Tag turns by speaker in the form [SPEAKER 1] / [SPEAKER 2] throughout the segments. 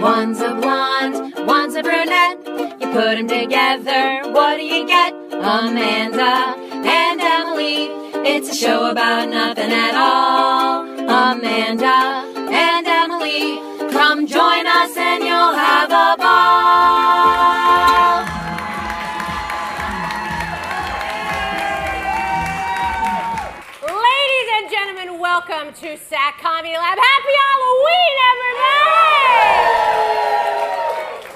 [SPEAKER 1] One's a blonde, one's a brunette. You put 'em together, what do you get? Amanda and Emily. It's a show about nothing at all. Amanda and Emily, come join us and you'll have a ball.
[SPEAKER 2] Ladies and gentlemen, welcome to SAC Comedy Lab. Happy Halloween, everybody!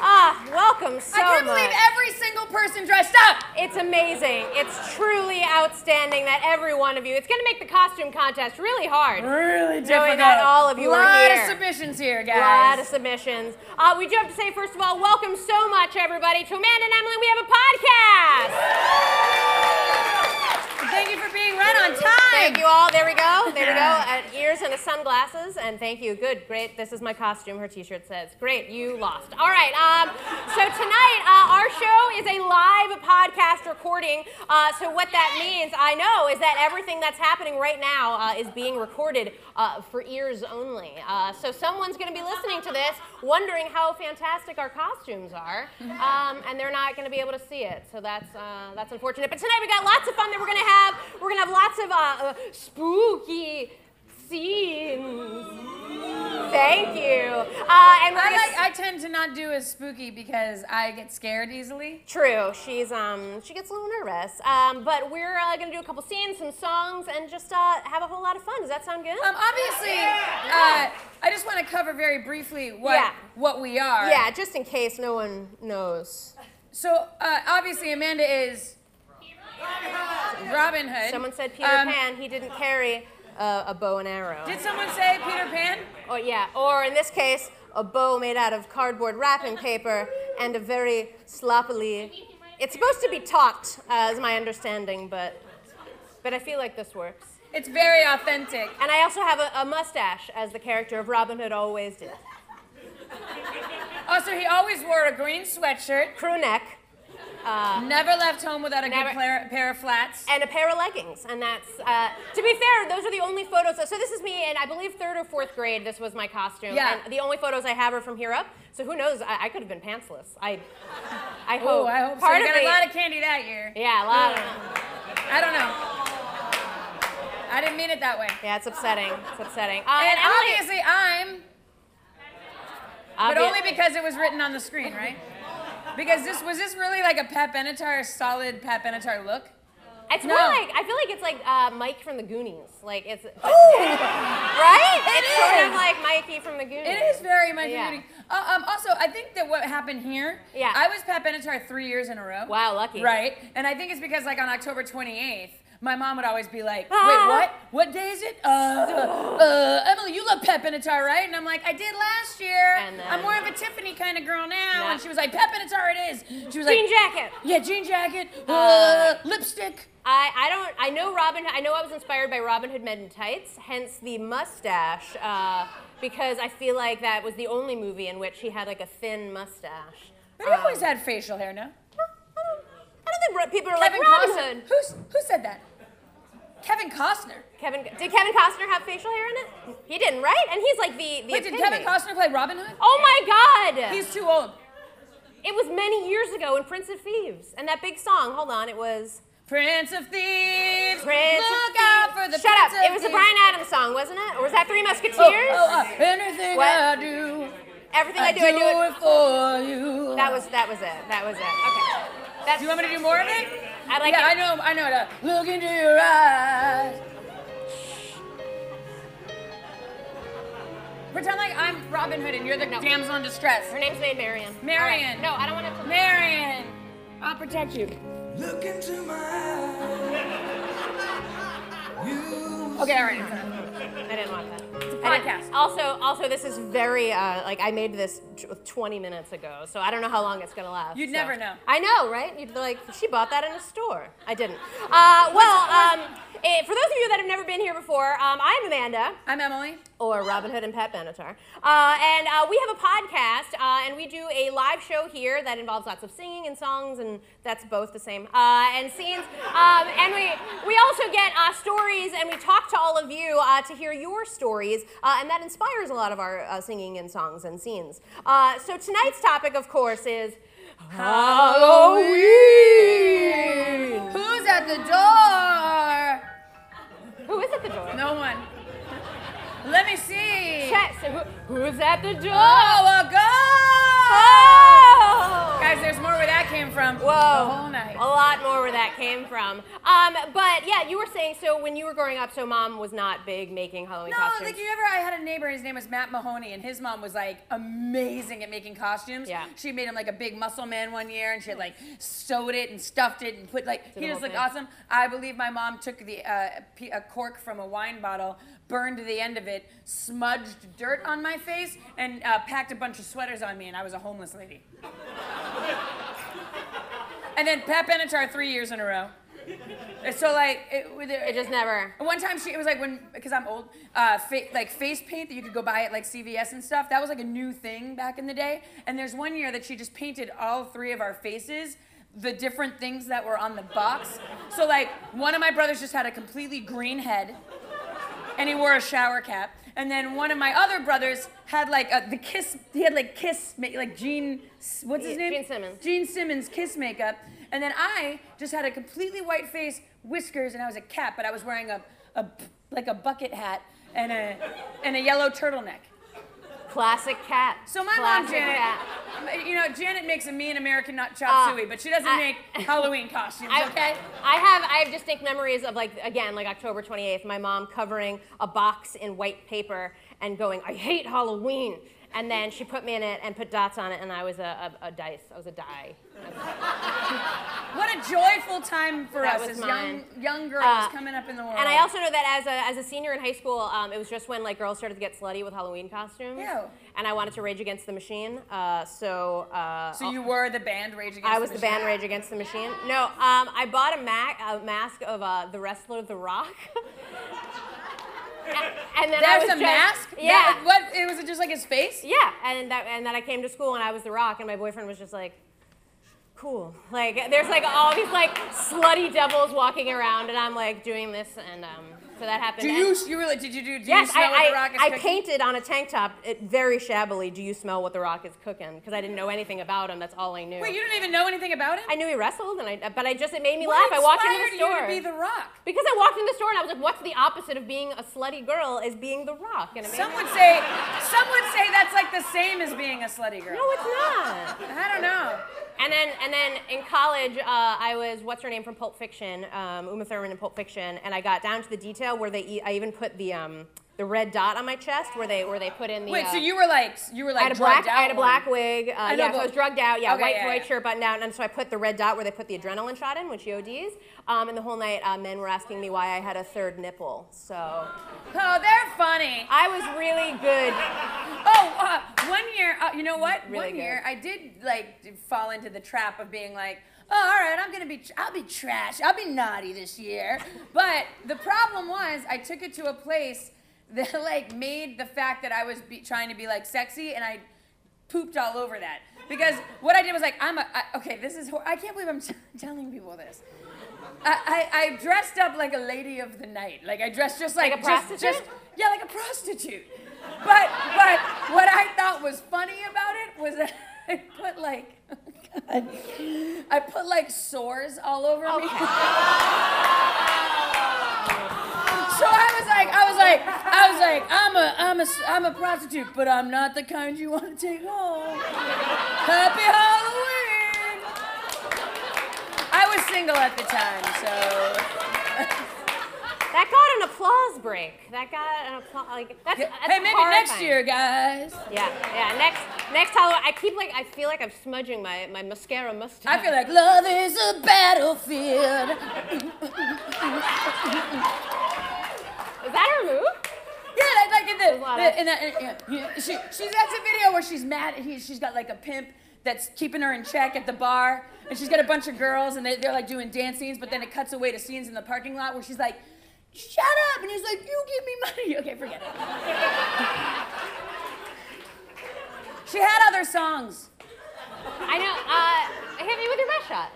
[SPEAKER 2] Ah, welcome so
[SPEAKER 3] I can't
[SPEAKER 2] much.
[SPEAKER 3] believe every single person dressed up.
[SPEAKER 2] It's amazing. It's truly outstanding that every one of you. It's going to make the costume contest really hard.
[SPEAKER 3] Really
[SPEAKER 2] Knowing that all of you
[SPEAKER 3] Oh lot
[SPEAKER 2] are
[SPEAKER 3] of
[SPEAKER 2] here.
[SPEAKER 3] submissions here,
[SPEAKER 2] A lot of
[SPEAKER 3] guys.
[SPEAKER 2] submissions. Uh, we do have to say, first of all, welcome so much, everybody, to Amanda and Emily. We have a podcast.
[SPEAKER 3] Thank you for being right on time.
[SPEAKER 2] Thank you all. There we go. There we go. Uh, ears and a sunglasses. And thank you. Good. Great. This is my costume. Her T-shirt says, "Great, you lost." All right. Um, so tonight, uh, our show is a live podcast recording. Uh, so what that means, I know, is that everything that's happening right now uh, is being recorded uh, for ears only. Uh, so someone's going to be listening to this, wondering how fantastic our costumes are, um, and they're not going to be able to see it. So that's uh, that's unfortunate. But tonight we got lots of fun that we're going to have. We're going to have lots of uh, uh, spooky scenes. Thank you. Uh, and we're
[SPEAKER 3] I,
[SPEAKER 2] gonna
[SPEAKER 3] like, I tend to not do as spooky because I get scared easily.
[SPEAKER 2] True. She's um she gets a little nervous. Um, but we're uh, gonna do a couple scenes, some songs, and just uh, have a whole lot of fun. Does that sound good?
[SPEAKER 3] Um, obviously, uh, I just want to cover very briefly what
[SPEAKER 2] Yeah.
[SPEAKER 3] what we are.
[SPEAKER 2] yeah, just in case no one knows.
[SPEAKER 3] So uh, obviously, Amanda is Robin Hood.
[SPEAKER 2] Someone said Peter
[SPEAKER 3] Um,
[SPEAKER 2] Pan. He didn't carry uh, a bow and arrow.
[SPEAKER 3] Did someone say Peter Pan?
[SPEAKER 2] or yeah, or in this case, a bow made out of cardboard wrapping paper and a very sloppily. It's supposed to be taut, uh, is my understanding, but but I feel like this works.
[SPEAKER 3] It's very authentic.
[SPEAKER 2] And I also have a, a mustache, as the character of Robin Hood always did.
[SPEAKER 3] Also, he always wore a green sweatshirt.
[SPEAKER 2] Crew neck.
[SPEAKER 3] Never left home without a
[SPEAKER 2] Never-
[SPEAKER 3] good pair, pair of flats.
[SPEAKER 2] and a pair of leggings. And that's, uh, to be fair, those are the only photos. So this is me in, I believe, third or fourth grade. This was my costume.
[SPEAKER 3] Yeah.
[SPEAKER 2] And the only photos I have are from here up. So who knows? I, I could have been pantsless. I, I hope.
[SPEAKER 3] Oh, I hope
[SPEAKER 2] Part
[SPEAKER 3] so.
[SPEAKER 2] of
[SPEAKER 3] We got
[SPEAKER 2] me-
[SPEAKER 3] a lot of candy that year.
[SPEAKER 2] yeah, a lot of.
[SPEAKER 3] I don't know. I didn't mean it that way.
[SPEAKER 2] Yeah, it's upsetting. It's upsetting. Uh,
[SPEAKER 3] And
[SPEAKER 2] Emily-
[SPEAKER 3] obviously, I'm, but
[SPEAKER 2] obvi-
[SPEAKER 3] only because it was written on the screen, right? Because this was this really like a Pat Benatar solid Pat Benatar look.
[SPEAKER 2] It's
[SPEAKER 3] no.
[SPEAKER 2] more like I feel like it's like uh, Mike from the Goonies. Like it's
[SPEAKER 3] right? It
[SPEAKER 2] it's sort of
[SPEAKER 3] is.
[SPEAKER 2] like Mikey from the Goonies.
[SPEAKER 3] It is very my
[SPEAKER 2] Yeah.
[SPEAKER 3] community. Uh, um, also, I think that what happened here,
[SPEAKER 2] Yeah.
[SPEAKER 3] I was Pat Benatar three years in a row.
[SPEAKER 2] Wow, lucky.
[SPEAKER 3] Right, and I think it's because like on October 28th, my mom would always be like,
[SPEAKER 2] Ah.
[SPEAKER 3] "Wait, what? What day is it?" Uh, uh, Emily, you love Pat Benatar, right? And I'm like, "I did last year.
[SPEAKER 2] And then-
[SPEAKER 3] I'm more of a Tiffany kind of girl now."
[SPEAKER 2] Yeah.
[SPEAKER 3] And she was like, "Pat Benatar, it is." She was
[SPEAKER 2] Jean
[SPEAKER 3] like,
[SPEAKER 2] jacket.
[SPEAKER 3] "Yeah, jean jacket, uh,
[SPEAKER 2] Uh,
[SPEAKER 3] lipstick."
[SPEAKER 2] I, I don't I know Robin I know I was inspired by Robin Hood Men in Tights, hence the mustache, uh, because I feel like that was the only movie in which he had like a thin mustache. Um,
[SPEAKER 3] But he always had facial hair, no?
[SPEAKER 2] I don't think Ro- people are like Robin Hood.
[SPEAKER 3] Who's who said that? Kevin Costner.
[SPEAKER 2] Kevin did Kevin Costner have facial hair in it? He didn't, right? And he's like the the
[SPEAKER 3] Wait, did
[SPEAKER 2] epitome.
[SPEAKER 3] Kevin Costner play Robin Hood?
[SPEAKER 2] Oh my God!
[SPEAKER 3] He's too old.
[SPEAKER 2] it was many years ago in Prince of Thieves, and that big song. Hold on, it was
[SPEAKER 3] Prince of Thieves.
[SPEAKER 2] Prince. of
[SPEAKER 3] Look
[SPEAKER 2] Thieves-
[SPEAKER 3] out for the
[SPEAKER 2] Shut
[SPEAKER 3] Prince
[SPEAKER 2] up!
[SPEAKER 3] of
[SPEAKER 2] It was a
[SPEAKER 3] Thieves.
[SPEAKER 2] Brian Adams song, wasn't it? Or was that Three Musketeers?
[SPEAKER 3] Oh, oh, oh, anything
[SPEAKER 2] What?
[SPEAKER 3] I do,
[SPEAKER 2] Everything
[SPEAKER 3] I,
[SPEAKER 2] I do, I do it
[SPEAKER 3] for you.
[SPEAKER 2] That was that was it. That was it. Okay. That's,
[SPEAKER 3] Do you want me to do more of it?
[SPEAKER 2] I like
[SPEAKER 3] yeah,
[SPEAKER 2] it.
[SPEAKER 3] I know. I know. That. Look into your eyes. Pretend like I'm Robin Hood and you're the
[SPEAKER 2] No.
[SPEAKER 3] damsel in distress.
[SPEAKER 2] Her name's made Marion.
[SPEAKER 3] Marion.
[SPEAKER 2] All right. No, I don't want to.
[SPEAKER 3] Marion, I'll protect you.
[SPEAKER 4] Look into my eyes. You
[SPEAKER 3] Okay, all right.
[SPEAKER 2] I didn't want that. It's a
[SPEAKER 3] podcast.
[SPEAKER 2] Also, also, this is very uh, like I made this t- 20 minutes ago, so I don't know how long it's gonna last.
[SPEAKER 3] You'd
[SPEAKER 2] so.
[SPEAKER 3] never know.
[SPEAKER 2] I know, right? You'd be like, she bought that in a store. I didn't. Uh, well, um, eh, for those of you that have never been here before, um, I'm Amanda,
[SPEAKER 3] I'm Emily.
[SPEAKER 2] or Robin Hood and Pat Benatar, uh, and uh, we have a podcast, uh, and we do a live show here that involves lots of singing and songs, and that's both the same, uh, and scenes. Um, and we, we also get uh, stories, and we talk to all of you uh, to hear your stories, uh, and that inspires a lot of our uh, singing and songs and scenes. Uh, so tonight's topic, of course, is Halloween.
[SPEAKER 3] Who's at the door?
[SPEAKER 2] Who is at the door?
[SPEAKER 3] No one. Let me see.
[SPEAKER 2] Chet, so who, who's at the door?
[SPEAKER 3] Oh, a ghost!
[SPEAKER 2] Oh!
[SPEAKER 3] Guys, there's more where that came from.
[SPEAKER 2] Whoa. Oh,
[SPEAKER 3] The whole night.
[SPEAKER 2] A lot more where that came from. Um, but yeah, you were saying so when you were growing up, so mom was not big making Halloween
[SPEAKER 3] No,
[SPEAKER 2] costumes.
[SPEAKER 3] like you ever, I had a neighbor. His name was Matt Mahoney, and his mom was like amazing at making costumes.
[SPEAKER 2] Yeah.
[SPEAKER 3] She made him like a big muscle man one year, and she had like sewed it and stuffed it and put like
[SPEAKER 2] Did the
[SPEAKER 3] he just
[SPEAKER 2] whole
[SPEAKER 3] looked
[SPEAKER 2] thing.
[SPEAKER 3] awesome. I believe my mom took the uh, p- a cork from a wine bottle, burned the end of it, smudged dirt on my face, and uh, packed a bunch of sweaters on me, and I was a homeless lady. and then Pat Benatar three years in a row. So like it, with
[SPEAKER 2] it just never.
[SPEAKER 3] one time she it was like when because I'm old, uh, fa- like face paint that you could go buy at like CVS and stuff. That was like a new thing back in the day. And there's one year that she just painted all three of our faces the different things that were on the box. So like one of my brothers just had a completely green head, and he wore a shower cap. And then one of my other brothers had like a, the kiss. He had like kiss ma- like Gene. What's his
[SPEAKER 2] Yeah,
[SPEAKER 3] name?
[SPEAKER 2] Gene Simmons.
[SPEAKER 3] Gene Simmons kiss makeup. And then I just had a completely white face, whiskers, and I was a cat, but I was wearing a, a like a bucket hat and a and a yellow turtleneck.
[SPEAKER 2] Classic cat.
[SPEAKER 3] So my
[SPEAKER 2] Classic
[SPEAKER 3] mom Janet,
[SPEAKER 2] cat.
[SPEAKER 3] you know Janet makes a mean American not
[SPEAKER 2] Uh,
[SPEAKER 3] chop suey, but she doesn't
[SPEAKER 2] I-
[SPEAKER 3] make Halloween costumes.
[SPEAKER 2] I,
[SPEAKER 3] okay.
[SPEAKER 2] I have I have distinct memories of like again like October 28th, my mom covering a box in white paper and going, I hate Halloween. And then she put me in it and put dots on it, and I was a, a, a dice. I was a die.
[SPEAKER 3] What a joyful time for
[SPEAKER 2] That
[SPEAKER 3] us
[SPEAKER 2] was
[SPEAKER 3] as
[SPEAKER 2] mine.
[SPEAKER 3] young young girls
[SPEAKER 2] Uh,
[SPEAKER 3] coming up in the world.
[SPEAKER 2] And I also know that as a, as a senior in high school, um, it was just when like girls started to get slutty with Halloween costumes.
[SPEAKER 3] Ew.
[SPEAKER 2] And I wanted to Rage Against the Machine. Uh, so uh,
[SPEAKER 3] So you were the band Rage Against
[SPEAKER 2] I was
[SPEAKER 3] the
[SPEAKER 2] the
[SPEAKER 3] Machine?
[SPEAKER 2] band Rage Against the Machine. No, um, I bought a, ma- a mask of uh, the wrestler The Rock. A- and then I
[SPEAKER 3] That
[SPEAKER 2] was
[SPEAKER 3] was a
[SPEAKER 2] just-
[SPEAKER 3] mask?
[SPEAKER 2] Yeah.
[SPEAKER 3] That- what? It was it just like his face?
[SPEAKER 2] Yeah, and that, and then I came to school and I was the rock, and my boyfriend was just like, cool. Like there's like all these like slutty devils walking around, and I'm like doing this, and um, so that happened.
[SPEAKER 3] Do
[SPEAKER 2] And-
[SPEAKER 3] you you really did you do? Do
[SPEAKER 2] Yes,
[SPEAKER 3] you smell what the
[SPEAKER 2] I,
[SPEAKER 3] rock is
[SPEAKER 2] I, I
[SPEAKER 3] cooking?
[SPEAKER 2] painted on a tank top it very shabbily. Do you smell what the Rock is cooking? Because I didn't know anything about him. That's all I knew.
[SPEAKER 3] Wait, you didn't even know anything about him?
[SPEAKER 2] I knew he wrestled, and I but I just it made me
[SPEAKER 3] What
[SPEAKER 2] laugh. I walked into
[SPEAKER 3] inspired
[SPEAKER 2] the store
[SPEAKER 3] you to be the rock?
[SPEAKER 2] because I walked into the store and I was like, "What's the opposite of being a slutty girl? Is being the Rock?" And it made
[SPEAKER 3] Some
[SPEAKER 2] me-
[SPEAKER 3] would say some would say that's like the same as being a slutty girl.
[SPEAKER 2] no, it's not.
[SPEAKER 3] I don't know.
[SPEAKER 2] And then, and then in college, uh, I was what's her name from Pulp Fiction, um, Uma Thurman in Pulp Fiction, and I got down to the detail where they, e- I even put the um, the red dot on my chest where they where they put in the.
[SPEAKER 3] Wait,
[SPEAKER 2] uh,
[SPEAKER 3] so you were like you were like
[SPEAKER 2] I had a
[SPEAKER 3] drugged
[SPEAKER 2] black,
[SPEAKER 3] out
[SPEAKER 2] I had a
[SPEAKER 3] one.
[SPEAKER 2] black wig. Uh,
[SPEAKER 3] know,
[SPEAKER 2] yeah, so I
[SPEAKER 3] but-
[SPEAKER 2] was drugged out. Yeah,
[SPEAKER 3] Okay,
[SPEAKER 2] white,
[SPEAKER 3] yeah,
[SPEAKER 2] white
[SPEAKER 3] yeah.
[SPEAKER 2] shirt buttoned down, and so I put the red dot where they put the adrenaline shot in, which she ODs. Um, and the whole night, uh, men were asking me why I had a third nipple. So
[SPEAKER 3] Oh, they're funny.
[SPEAKER 2] I was really good.
[SPEAKER 3] Oh, uh, one year, uh, you know what?
[SPEAKER 2] Mm, Really
[SPEAKER 3] one
[SPEAKER 2] good.
[SPEAKER 3] year, I did like d- fall into the trap of being like, oh, all right, I'm gonna be, tr- I'll be trash, I'll be naughty this year. But the problem was, I took it to a place that like made the fact that I was be- trying to be like sexy, and I pooped all over that because what I did was like, I'm a, I, okay, this is, hor- I can't believe I'm t- telling people this. I, I, I dressed up like a lady of the night. Like I dressed just like,
[SPEAKER 2] Like a
[SPEAKER 3] just- Just,
[SPEAKER 2] prostitute?
[SPEAKER 3] yeah, like a prostitute. But but what I thought was funny about it was that I put like God, I put like sores all over me. So I was like, I was like, I was like, I'm a, I'm a, s- I'm a prostitute, but I'm not the kind you want to take home. Happy Halloween. I was single at the time, so.
[SPEAKER 2] That got an applause break. That got an applause. Like that's, that's
[SPEAKER 3] hey, maybe next
[SPEAKER 2] horrifying.
[SPEAKER 3] year, guys.
[SPEAKER 2] Yeah, yeah. Next, next Halloween, I keep like I feel like I'm smudging my my mascara mustache.
[SPEAKER 3] I feel like love is a battlefield.
[SPEAKER 2] Is that her move?
[SPEAKER 3] Yeah, like, like in the,
[SPEAKER 2] A lot
[SPEAKER 3] the-
[SPEAKER 2] of-
[SPEAKER 3] in that, in- yeah, she, she's that's a video where she's mad. He, she's got like a pimp that's keeping her in check at the bar, and she's got a bunch of girls, and they, they're like doing dance scenes. But then it cuts away to scenes in the parking lot where she's like, shut up. And he was like, you give me money. Okay, forget it. she had other songs.
[SPEAKER 2] I know. Uh, hit me with your best shot.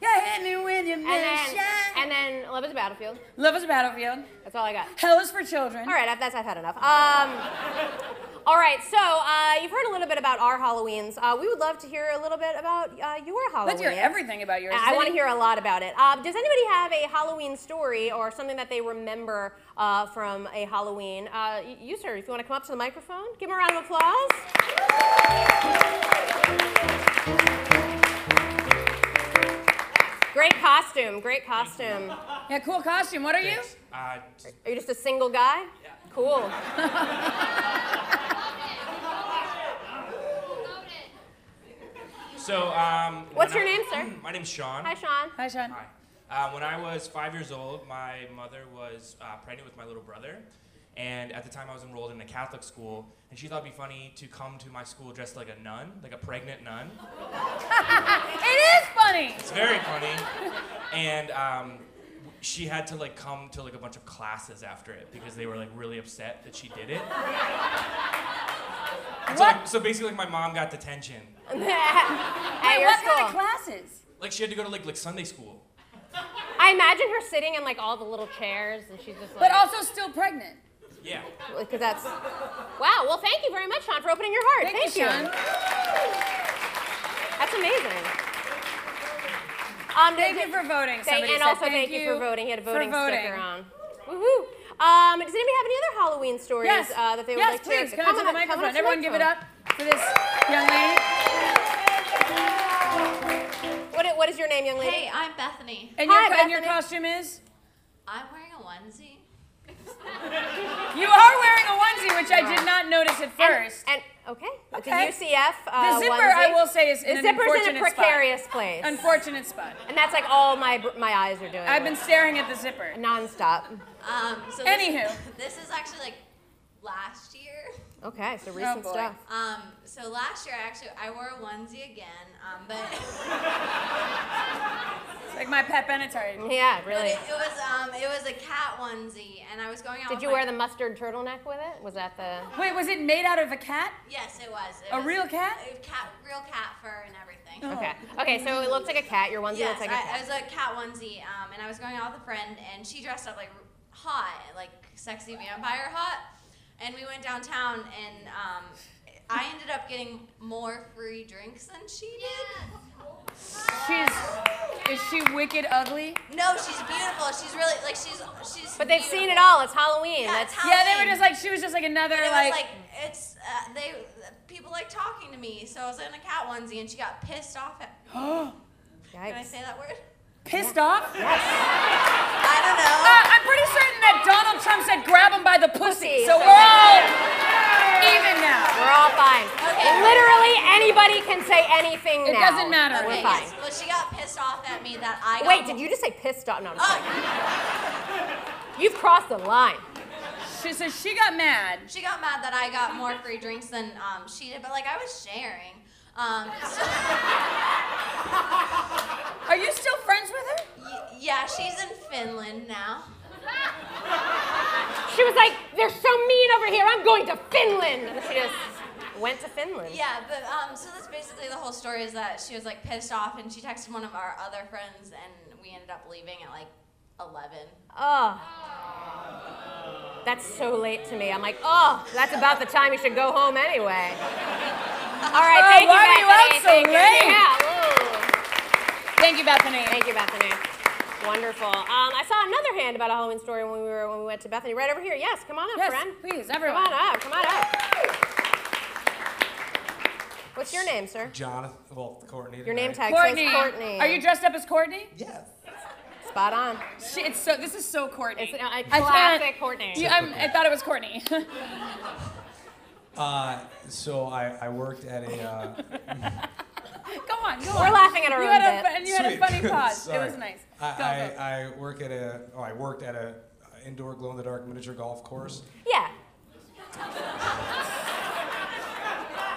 [SPEAKER 3] Yeah, hit me with your
[SPEAKER 2] And then,
[SPEAKER 3] best shot.
[SPEAKER 2] and then Love is a Battlefield.
[SPEAKER 3] Love is a battlefield.
[SPEAKER 2] That's all I got.
[SPEAKER 3] Hell is for children.
[SPEAKER 2] All right, I've- that's I've had enough. Um, all right, so uh, you've heard a little bit about our Halloweens. Uh, we would love to hear a little bit about uh, your Halloween.
[SPEAKER 3] Let's hear everything about yours.
[SPEAKER 2] I
[SPEAKER 3] Is
[SPEAKER 2] want
[SPEAKER 3] it-
[SPEAKER 2] to hear a lot about it. Uh, does anybody have a Halloween story or something that they remember uh, from a Halloween? Uh, y- you, sir, if you want to come up to the microphone, give him a round of applause. Great costume, great costume. Are
[SPEAKER 3] Yeah, cool costume. What are you?
[SPEAKER 5] Thanks. Uh, just-
[SPEAKER 2] you just a single guy? Yeah. Cool.
[SPEAKER 5] so, um,
[SPEAKER 2] What's
[SPEAKER 5] when
[SPEAKER 2] your
[SPEAKER 5] I-
[SPEAKER 2] name, sir?
[SPEAKER 5] My name's Sean.
[SPEAKER 2] Hi, Sean.
[SPEAKER 3] Hi, Sean.
[SPEAKER 5] Hi. Uh, when I was five years old, my mother was uh, pregnant with my little brother. And at the time, I was enrolled in a Catholic school. And she thought it'd be funny to come to my school dressed like a nun, like a pregnant nun.
[SPEAKER 3] It is funny.
[SPEAKER 5] It's very funny. And um, w- she had to like come to like a bunch of classes after it because they were like really upset that she did it. So, like, so basically, like, my mom got detention.
[SPEAKER 2] At your
[SPEAKER 3] what
[SPEAKER 2] school.
[SPEAKER 3] kind of classes?
[SPEAKER 5] Like she had to go to like like Sunday school.
[SPEAKER 2] I imagine her sitting in like all the little chairs, and she's just like.
[SPEAKER 3] But also still pregnant.
[SPEAKER 5] Yeah.
[SPEAKER 2] because that's wow. Well, thank you very much, Sean, for opening your heart.
[SPEAKER 3] Thank, you, Sean.
[SPEAKER 2] That's amazing. Um,
[SPEAKER 3] Thank
[SPEAKER 2] does-
[SPEAKER 3] you for voting.
[SPEAKER 2] thank-
[SPEAKER 3] Somebody
[SPEAKER 2] and
[SPEAKER 3] said
[SPEAKER 2] also
[SPEAKER 3] thank,
[SPEAKER 2] you for voting. He had a
[SPEAKER 3] for
[SPEAKER 2] voting,
[SPEAKER 3] voting.
[SPEAKER 2] sticker on. Woohoo! Um, does anybody have any other Halloween stories
[SPEAKER 3] Yes.
[SPEAKER 2] uh, that they would
[SPEAKER 3] yes,
[SPEAKER 2] like
[SPEAKER 3] please.
[SPEAKER 2] to
[SPEAKER 3] Come to the
[SPEAKER 2] up-
[SPEAKER 3] microphone.
[SPEAKER 2] up to
[SPEAKER 3] Everyone, give it up for this young lady.
[SPEAKER 2] microphone. What, i- what is your name, young lady?
[SPEAKER 6] Hey, I'm Bethany.
[SPEAKER 3] And
[SPEAKER 2] Hi,
[SPEAKER 3] your and your
[SPEAKER 2] Bethany.
[SPEAKER 3] costume is?
[SPEAKER 6] I'm wearing a onesie.
[SPEAKER 3] You are wearing a onesie, which I did not notice at
[SPEAKER 2] And-
[SPEAKER 3] first.
[SPEAKER 2] And, okay, it's a
[SPEAKER 3] Okay.
[SPEAKER 2] UCF.
[SPEAKER 3] The
[SPEAKER 2] Uh,
[SPEAKER 3] zipper,
[SPEAKER 2] onesie.
[SPEAKER 3] I will say, is in
[SPEAKER 2] the
[SPEAKER 3] an
[SPEAKER 2] zipper's in a
[SPEAKER 3] unfortunate spot.
[SPEAKER 2] precarious place,
[SPEAKER 3] Unfortunate spot.
[SPEAKER 2] and that's like all my br- my eyes are doing.
[SPEAKER 3] I've been staring at the zipper.
[SPEAKER 2] nonstop.
[SPEAKER 6] Um, so
[SPEAKER 3] Anywho.
[SPEAKER 6] This, this is actually like last year.
[SPEAKER 2] Okay, so recent
[SPEAKER 3] boy.
[SPEAKER 2] stuff.
[SPEAKER 6] Um, so last year, actually, I wore a onesie again, um, but
[SPEAKER 3] It's like my pet Benatar.
[SPEAKER 2] Yeah,
[SPEAKER 6] but
[SPEAKER 2] really.
[SPEAKER 6] it, it was um, it was a cat onesie, and I was going out.
[SPEAKER 2] Did
[SPEAKER 6] with
[SPEAKER 2] you
[SPEAKER 6] my-
[SPEAKER 2] wear the mustard turtleneck with it? Was that the?
[SPEAKER 3] Wait, was it made out of a cat?
[SPEAKER 6] Yes, it was. It
[SPEAKER 3] A
[SPEAKER 6] was
[SPEAKER 3] real cat?
[SPEAKER 6] a cat, real cat fur and everything.
[SPEAKER 2] Okay. Okay, so it looks like a cat. Your onesie
[SPEAKER 6] Yes,
[SPEAKER 2] looks like a
[SPEAKER 6] I,
[SPEAKER 2] cat.
[SPEAKER 6] it was a cat onesie, um, and I was going out with a friend, and she dressed up like hot, like sexy vampire hot, and we went downtown, and um, I ended up getting more free drinks than she did.
[SPEAKER 3] She's is she wicked ugly?
[SPEAKER 6] No, she's beautiful. She's really like she's she's.
[SPEAKER 2] But they've seen it
[SPEAKER 6] beautiful.
[SPEAKER 2] all. It's Halloween.
[SPEAKER 6] Yeah,
[SPEAKER 2] That's
[SPEAKER 6] it's Halloween.
[SPEAKER 3] Yeah, they were just like she was just like another
[SPEAKER 6] And it
[SPEAKER 3] like,
[SPEAKER 6] was like it's uh, they people like talking to me, so I was in a cat onesie, and she got pissed off at. Can I
[SPEAKER 2] yikes.
[SPEAKER 6] say that word?
[SPEAKER 3] pissed off.
[SPEAKER 6] I don't know.
[SPEAKER 3] Uh, I'm pretty certain that Donald Trump said grab him by the
[SPEAKER 2] Pussy,
[SPEAKER 3] pussy,
[SPEAKER 2] so-
[SPEAKER 3] so we're all even now.
[SPEAKER 2] We're all fine.
[SPEAKER 6] Okay.
[SPEAKER 2] Literally anybody can say anything
[SPEAKER 3] It
[SPEAKER 2] now.
[SPEAKER 3] doesn't matter.
[SPEAKER 2] We're
[SPEAKER 6] Okay,
[SPEAKER 2] fine.
[SPEAKER 6] yes, Well, she got pissed off at me that I.
[SPEAKER 2] Wait,
[SPEAKER 6] got-
[SPEAKER 2] did you just say pissed off? No, no.
[SPEAKER 6] Oh,
[SPEAKER 2] You've crossed the line.
[SPEAKER 3] She says she got mad.
[SPEAKER 6] she got mad that I got more free drinks than um, she did, but like I was sharing. Um, so,
[SPEAKER 3] Are you still friends with her?
[SPEAKER 6] y- yeah, she's in Finland now.
[SPEAKER 2] She was like, "They're so mean over here. I'm going to Finland." And she just went to Finland.
[SPEAKER 6] Yeah, but um, so that's basically the whole story is that she was like pissed off and she texted one of our other friends and we ended up leaving at like 11.
[SPEAKER 2] Oh. That's so late to me. I'm like, oh, that's about the time you should go home anyway. All right,
[SPEAKER 3] Oh,
[SPEAKER 2] thank you,
[SPEAKER 3] why were you out
[SPEAKER 2] Bethany.
[SPEAKER 3] so
[SPEAKER 2] thank you.
[SPEAKER 3] late?
[SPEAKER 2] Yeah, whoa.
[SPEAKER 3] Thank you, Bethany.
[SPEAKER 2] Thank you, Bethany. Wonderful. Um, I saw another hand about a Halloween story when we were when we went to Bethany. Right over here. Yes, come on up,
[SPEAKER 3] Yes,
[SPEAKER 2] friend.
[SPEAKER 3] please,
[SPEAKER 2] Come
[SPEAKER 3] everyone.
[SPEAKER 2] on up. Come on up. What's your name, sir?
[SPEAKER 5] Jonathan, well, Courtney.
[SPEAKER 2] Your name
[SPEAKER 5] tonight.
[SPEAKER 2] tag
[SPEAKER 3] Courtney.
[SPEAKER 2] says Courtney.
[SPEAKER 3] Are you dressed up as Courtney?
[SPEAKER 5] Yes.
[SPEAKER 2] spot on?
[SPEAKER 3] She, it's so. This is so Courtney.
[SPEAKER 2] It's a, a
[SPEAKER 3] I thought-
[SPEAKER 2] classic Courtney.
[SPEAKER 3] You- I'm- I thought it was Courtney.
[SPEAKER 7] Uh, so I, I worked at a. Uh,
[SPEAKER 3] go on, go on.
[SPEAKER 2] We're laughing at our
[SPEAKER 3] you
[SPEAKER 2] own
[SPEAKER 3] had a,
[SPEAKER 2] bit.
[SPEAKER 3] And you had a
[SPEAKER 7] Sweet.
[SPEAKER 3] funny pause. it
[SPEAKER 7] Sorry.
[SPEAKER 3] was nice.
[SPEAKER 7] I,
[SPEAKER 3] Go,
[SPEAKER 7] I,
[SPEAKER 3] go.
[SPEAKER 7] I work at a. Oh, I worked at a uh, indoor glow in the dark miniature golf course,
[SPEAKER 2] Yeah.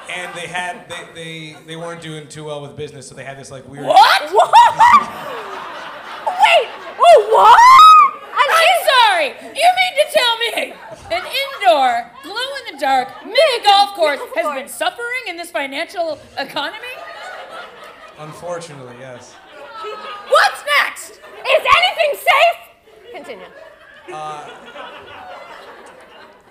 [SPEAKER 7] and they had they, they they weren't doing too well with business, so they had this like weird.
[SPEAKER 3] What?
[SPEAKER 2] What? Wait. Oh, what?
[SPEAKER 3] I'm sorry. York, mini golf course
[SPEAKER 2] Golf
[SPEAKER 3] has
[SPEAKER 2] course.
[SPEAKER 3] been suffering in this financial economy?
[SPEAKER 7] Unfortunately, yes.
[SPEAKER 8] What's next?
[SPEAKER 2] Is anything safe? Continue.
[SPEAKER 7] I,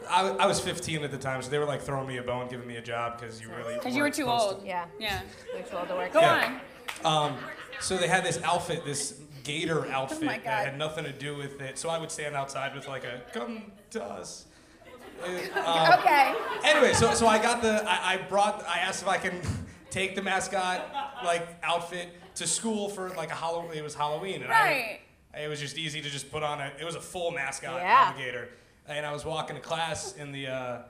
[SPEAKER 7] I was 15 at the time, so they were like throwing me a bone, giving me a job because you really.
[SPEAKER 3] Because you were
[SPEAKER 7] weren't
[SPEAKER 3] too
[SPEAKER 7] supposed to.
[SPEAKER 3] old.
[SPEAKER 2] Yeah.
[SPEAKER 3] Yeah.
[SPEAKER 2] We're too old to work.
[SPEAKER 3] Go
[SPEAKER 7] Yeah.
[SPEAKER 3] on.
[SPEAKER 7] Um, so they had this outfit, this gator
[SPEAKER 3] Oh
[SPEAKER 7] outfit
[SPEAKER 8] my God.
[SPEAKER 7] that had nothing to do with it. So I would stand outside with like a "Come to us."
[SPEAKER 8] okay.
[SPEAKER 7] Anyway, so so I got the I, I brought I asked if I can take the mascot like outfit to school for like a Halloween. It was Halloween, and
[SPEAKER 8] Right.
[SPEAKER 7] I, it was just easy to just put on a. It was a full mascot
[SPEAKER 2] Yeah.
[SPEAKER 7] alligator, and I was walking to class in the. Uh,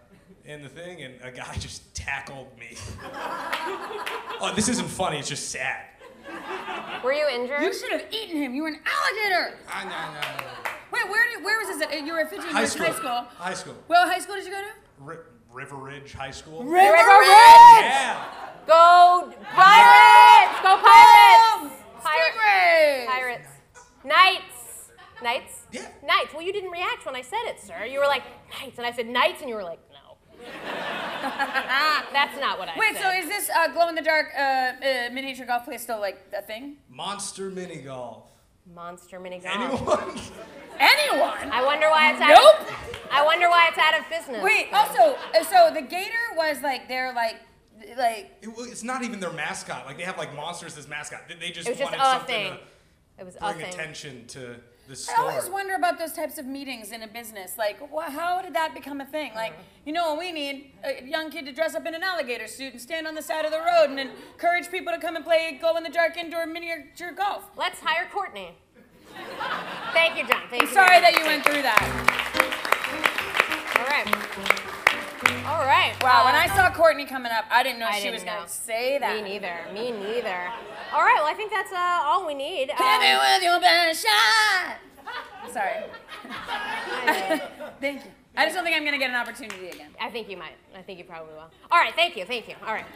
[SPEAKER 7] in the thing, and a guy just tackled me. oh, this isn't funny. It's just sad.
[SPEAKER 2] Were you injured?
[SPEAKER 3] You should have eaten him. You were an alligator.
[SPEAKER 7] Ah, nah, nah, nah.
[SPEAKER 3] Wait, where did, where was this? At? You were at 15
[SPEAKER 7] High
[SPEAKER 3] years
[SPEAKER 7] school.
[SPEAKER 3] high school.
[SPEAKER 7] High school.
[SPEAKER 3] Well, high school did you go to?
[SPEAKER 7] Ri- River Ridge High School.
[SPEAKER 2] River Ridge!
[SPEAKER 7] Yeah.
[SPEAKER 2] Go Pirates! Go Pirates!
[SPEAKER 8] Pirates!
[SPEAKER 2] Pirates. Knights. Knights?
[SPEAKER 7] Yeah.
[SPEAKER 2] Knights. Well, you didn't react when I said it, sir. You were like, Knights. And I said, Knights, and you were like, no. That's not what I
[SPEAKER 3] Wait,
[SPEAKER 2] said.
[SPEAKER 3] so is this uh, glow in the dark uh, uh, miniature golf place still like a thing?
[SPEAKER 7] Monster mini golf.
[SPEAKER 2] Monster mini golf.
[SPEAKER 7] Anyone?
[SPEAKER 3] Anyone?
[SPEAKER 2] I wonder why it's out
[SPEAKER 3] Nope.
[SPEAKER 2] of I wonder why it's out of business.
[SPEAKER 3] Wait. Also, uh, so the gator was like they're like like
[SPEAKER 7] It wa- it's not even their mascot. Like they have like monsters as mascot. They- They just
[SPEAKER 2] It was just
[SPEAKER 7] wanted
[SPEAKER 2] a
[SPEAKER 7] something
[SPEAKER 2] thing. It was
[SPEAKER 7] to
[SPEAKER 2] a
[SPEAKER 7] bring
[SPEAKER 2] thing.
[SPEAKER 7] attention to the
[SPEAKER 3] I
[SPEAKER 7] store.
[SPEAKER 3] always wonder about those types of meetings in a business. Like, wh- how did that become a thing? Like, you know what we need? A young kid to dress up in an alligator suit and stand on the side of the road and encourage people to come and play glow in the dark indoor miniature golf.
[SPEAKER 2] Let's hire Courtney. Thank you, John. Thank
[SPEAKER 3] I'm
[SPEAKER 2] you.
[SPEAKER 3] sorry
[SPEAKER 2] very
[SPEAKER 3] that you
[SPEAKER 2] much.
[SPEAKER 3] went through that.
[SPEAKER 2] All right. All right.
[SPEAKER 3] Wow, when
[SPEAKER 2] Uh,
[SPEAKER 3] I saw Courtney coming up, I didn't know
[SPEAKER 2] I
[SPEAKER 3] she
[SPEAKER 2] didn't
[SPEAKER 3] was
[SPEAKER 2] know.
[SPEAKER 3] going to say that.
[SPEAKER 2] Me neither. Me neither. All right. Well, I think that's uh, all we need.
[SPEAKER 3] Hit me
[SPEAKER 2] Um,
[SPEAKER 3] with your best shot. Sorry. Thank you. I just don't think I'm going to get an opportunity again.
[SPEAKER 2] I think you might. I think you probably will. All right. Thank you. Thank you. All right.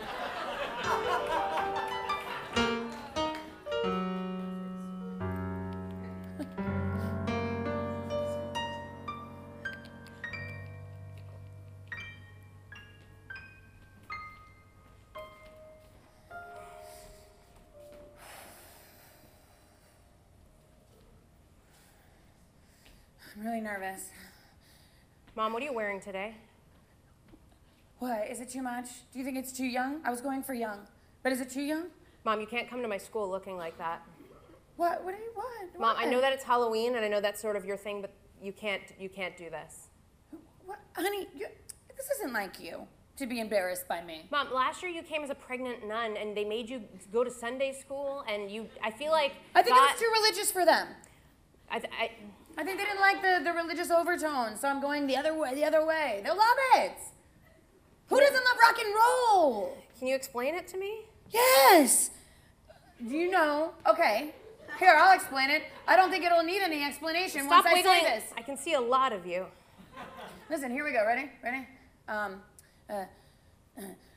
[SPEAKER 3] I'm really nervous.
[SPEAKER 2] Mom, what are you wearing today?
[SPEAKER 3] What? Is it too much? Do you think it's too young? I was going for young. But is it too young?
[SPEAKER 2] Mom, you can't come to my school looking like that.
[SPEAKER 3] What? What do you want?
[SPEAKER 2] Mom, I know that it's Halloween and I know that's sort of your thing, but you can't. You can't do this.
[SPEAKER 3] What? Honey, you, this isn't like you to be embarrassed by me.
[SPEAKER 2] Mom, last year you came as a pregnant nun and they made you go to Sunday school and you. I feel like.
[SPEAKER 3] I think
[SPEAKER 2] God-
[SPEAKER 3] it's too religious for them.
[SPEAKER 2] I, th- I,
[SPEAKER 3] I think they didn't like the, the religious overtones, so I'm going the other way. The other way. They'll love it. Who doesn't love rock and roll?
[SPEAKER 2] can you explain it to me?
[SPEAKER 3] Yes. Do you know? Okay. Here, I'll explain it. I don't think it'll need any explanation once I
[SPEAKER 2] wiggling.
[SPEAKER 3] say this.
[SPEAKER 2] I can see a lot of you.
[SPEAKER 3] Listen, here we go. Ready? Ready? Um, uh,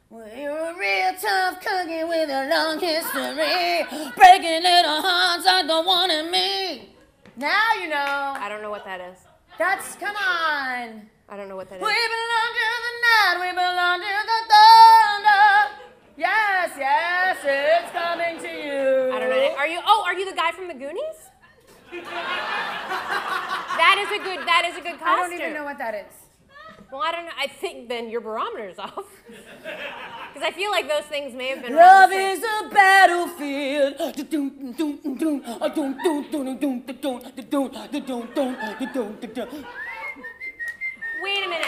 [SPEAKER 3] we're a real tough cookie with a long history. Breaking little hearts like the one in me. Now you know.
[SPEAKER 2] I don't know what that is.
[SPEAKER 3] That's, come on.
[SPEAKER 2] I don't know what that
[SPEAKER 3] We belong
[SPEAKER 2] is.
[SPEAKER 3] to the night. We belong to the thunder. Yes, yes, it's coming to you.
[SPEAKER 2] I don't know. Are you? Oh, are you the guy from the Goonies? that is a good. That is a good costume.
[SPEAKER 3] I don't even know what that is.
[SPEAKER 2] Well, I don't know. I think then your barometer's off. Because I feel like those things may have been. around
[SPEAKER 3] Love
[SPEAKER 2] the same-
[SPEAKER 3] is a battlefield. Da-dum, dum, dum, dum, ah, dum, dum, dum, dum, dum, dum, da-dum, da-dum, dum, da-dum, da-dum.
[SPEAKER 2] Wait a minute.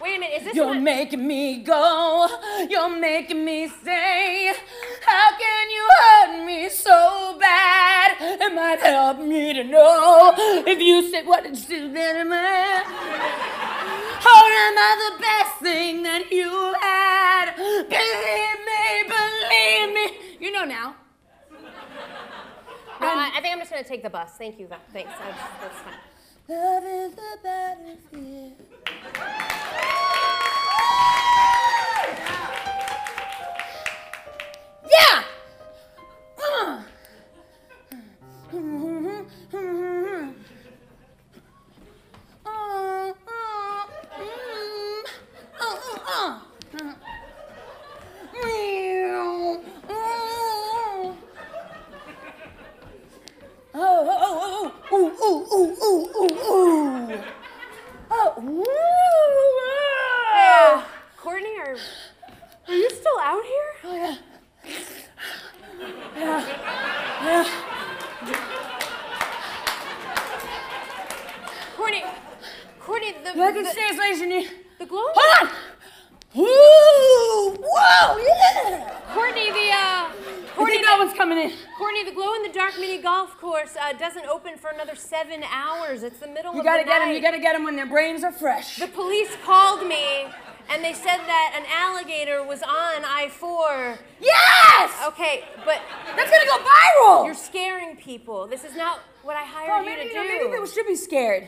[SPEAKER 2] Wait a minute. Is this
[SPEAKER 3] You're
[SPEAKER 2] one?
[SPEAKER 3] making me go. You're making me say, How can you hurt me so bad? It might help me to know if you said what it's to man. Or am I the best thing that you had? Believe me, believe me. You know now.
[SPEAKER 2] No, I, I think I'm just gonna take the bus. Thank you. though. Thanks. I just- that's fine.
[SPEAKER 3] Love is the battlefield. Yeah! Uh. Oh, oh.
[SPEAKER 2] out here?
[SPEAKER 3] Oh, yeah.
[SPEAKER 2] Courtney, Courtney, the,
[SPEAKER 3] Look at
[SPEAKER 2] the,
[SPEAKER 3] translation. you-
[SPEAKER 2] the glow.
[SPEAKER 3] Hold on. Ooh, whoa, yeah.
[SPEAKER 2] Courtney, the, uh,
[SPEAKER 3] I
[SPEAKER 2] Courtney,
[SPEAKER 3] think that
[SPEAKER 2] the,
[SPEAKER 3] one's coming in.
[SPEAKER 2] Courtney, the glow in the dark mini golf course uh, doesn't open for another seven hours. It's the middle
[SPEAKER 3] You
[SPEAKER 2] of
[SPEAKER 3] gotta
[SPEAKER 2] the
[SPEAKER 3] get
[SPEAKER 2] night.
[SPEAKER 3] them. You gotta get them when their brains are fresh.
[SPEAKER 2] The police called me and they said that an alligator was on I 4.
[SPEAKER 3] Yes.
[SPEAKER 2] Okay, but
[SPEAKER 3] That's gonna go viral.
[SPEAKER 2] you're scaring people. This is not what I hired
[SPEAKER 3] Oh,
[SPEAKER 2] you
[SPEAKER 3] maybe,
[SPEAKER 2] to
[SPEAKER 3] you
[SPEAKER 2] do.
[SPEAKER 3] know, maybe people should be scared.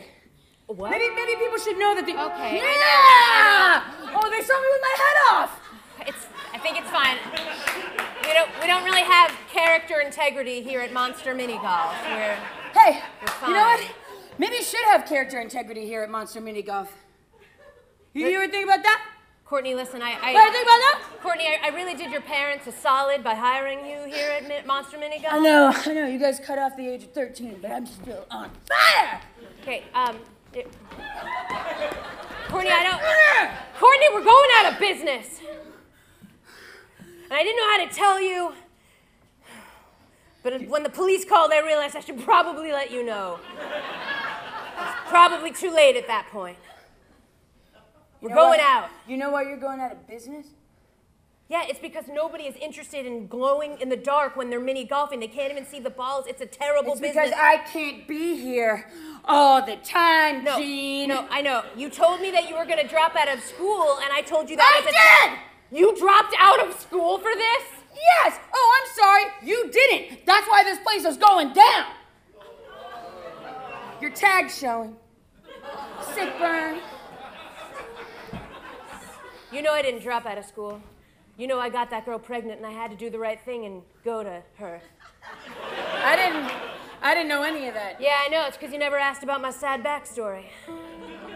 [SPEAKER 2] What?
[SPEAKER 3] Maybe maybe people should know that the
[SPEAKER 2] Okay, I know, I
[SPEAKER 3] Yeah. Oh, they saw me with my head off.
[SPEAKER 2] It's, I think it's fine. We don't, we don't really have character integrity here at Monster Mini Golf. We're,
[SPEAKER 3] Hey,
[SPEAKER 2] You're
[SPEAKER 3] you know what?
[SPEAKER 2] fine.
[SPEAKER 3] Maybe you should have character integrity here at Monster Mini Golf. You, you ever think about that?
[SPEAKER 2] Courtney, listen, I,
[SPEAKER 3] You ever
[SPEAKER 2] I
[SPEAKER 3] think about that?
[SPEAKER 2] Courtney, I, I really did your parents a solid by hiring you here at Mi- Monster Mini Golf.
[SPEAKER 3] I know, I know. You guys cut off the age of 13, but I'm still on fire.
[SPEAKER 2] Okay, um, it- Courtney, I don't. Courtney, we're going out of business. And I didn't know how to tell you, but when the police called, I realized I should probably let you know. It's probably too late at that point. We're
[SPEAKER 3] You know
[SPEAKER 2] going
[SPEAKER 3] what?
[SPEAKER 2] out.
[SPEAKER 3] You know why you're going out of business?
[SPEAKER 2] Yeah, it's because nobody is interested in glowing in the dark when they're mini golfing. They can't even see the balls. It's a terrible
[SPEAKER 3] It's
[SPEAKER 2] business.
[SPEAKER 3] because I can't be here all the time,
[SPEAKER 2] No,
[SPEAKER 3] Gene.
[SPEAKER 2] no, I know. You told me that you were gonna drop out of school, and I told you that
[SPEAKER 3] I
[SPEAKER 2] was a-
[SPEAKER 3] did!
[SPEAKER 2] You dropped out of school for this?
[SPEAKER 3] Yes! Oh, I'm sorry. You didn't. That's why this place is going down. Your tag's showing. Sick burn.
[SPEAKER 2] You know I didn't drop out of school. You know I got that girl pregnant, and I had to do the right thing and go to her.
[SPEAKER 3] I didn't. I didn't know any of that.
[SPEAKER 2] Yeah, I know. It's because you never asked about my sad backstory.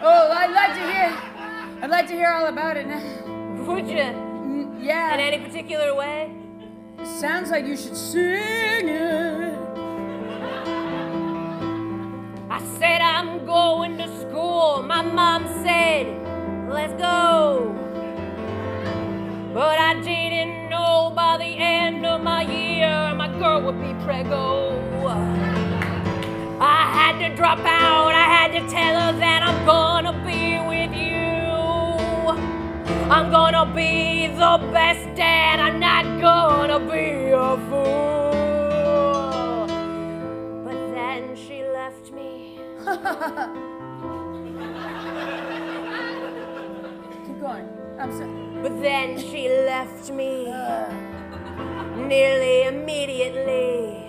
[SPEAKER 3] Oh, I'd like to hear. I'd like to hear all about it. now.
[SPEAKER 2] Would you?
[SPEAKER 3] Mm,
[SPEAKER 2] In
[SPEAKER 3] Yeah.
[SPEAKER 2] any particular way?
[SPEAKER 3] Sounds like you should sing it.
[SPEAKER 2] I said I'm going to school. My mom said, let's go. But I didn't know by the end of my year my girl would be preggo. I had to drop out. I had to tell her that I'm gonna be with you. I'm gonna be the best dad. I'm not gonna be a fool. But then she left me.
[SPEAKER 3] Keep going. I'm sorry.
[SPEAKER 2] But then she left me. Nearly immediately.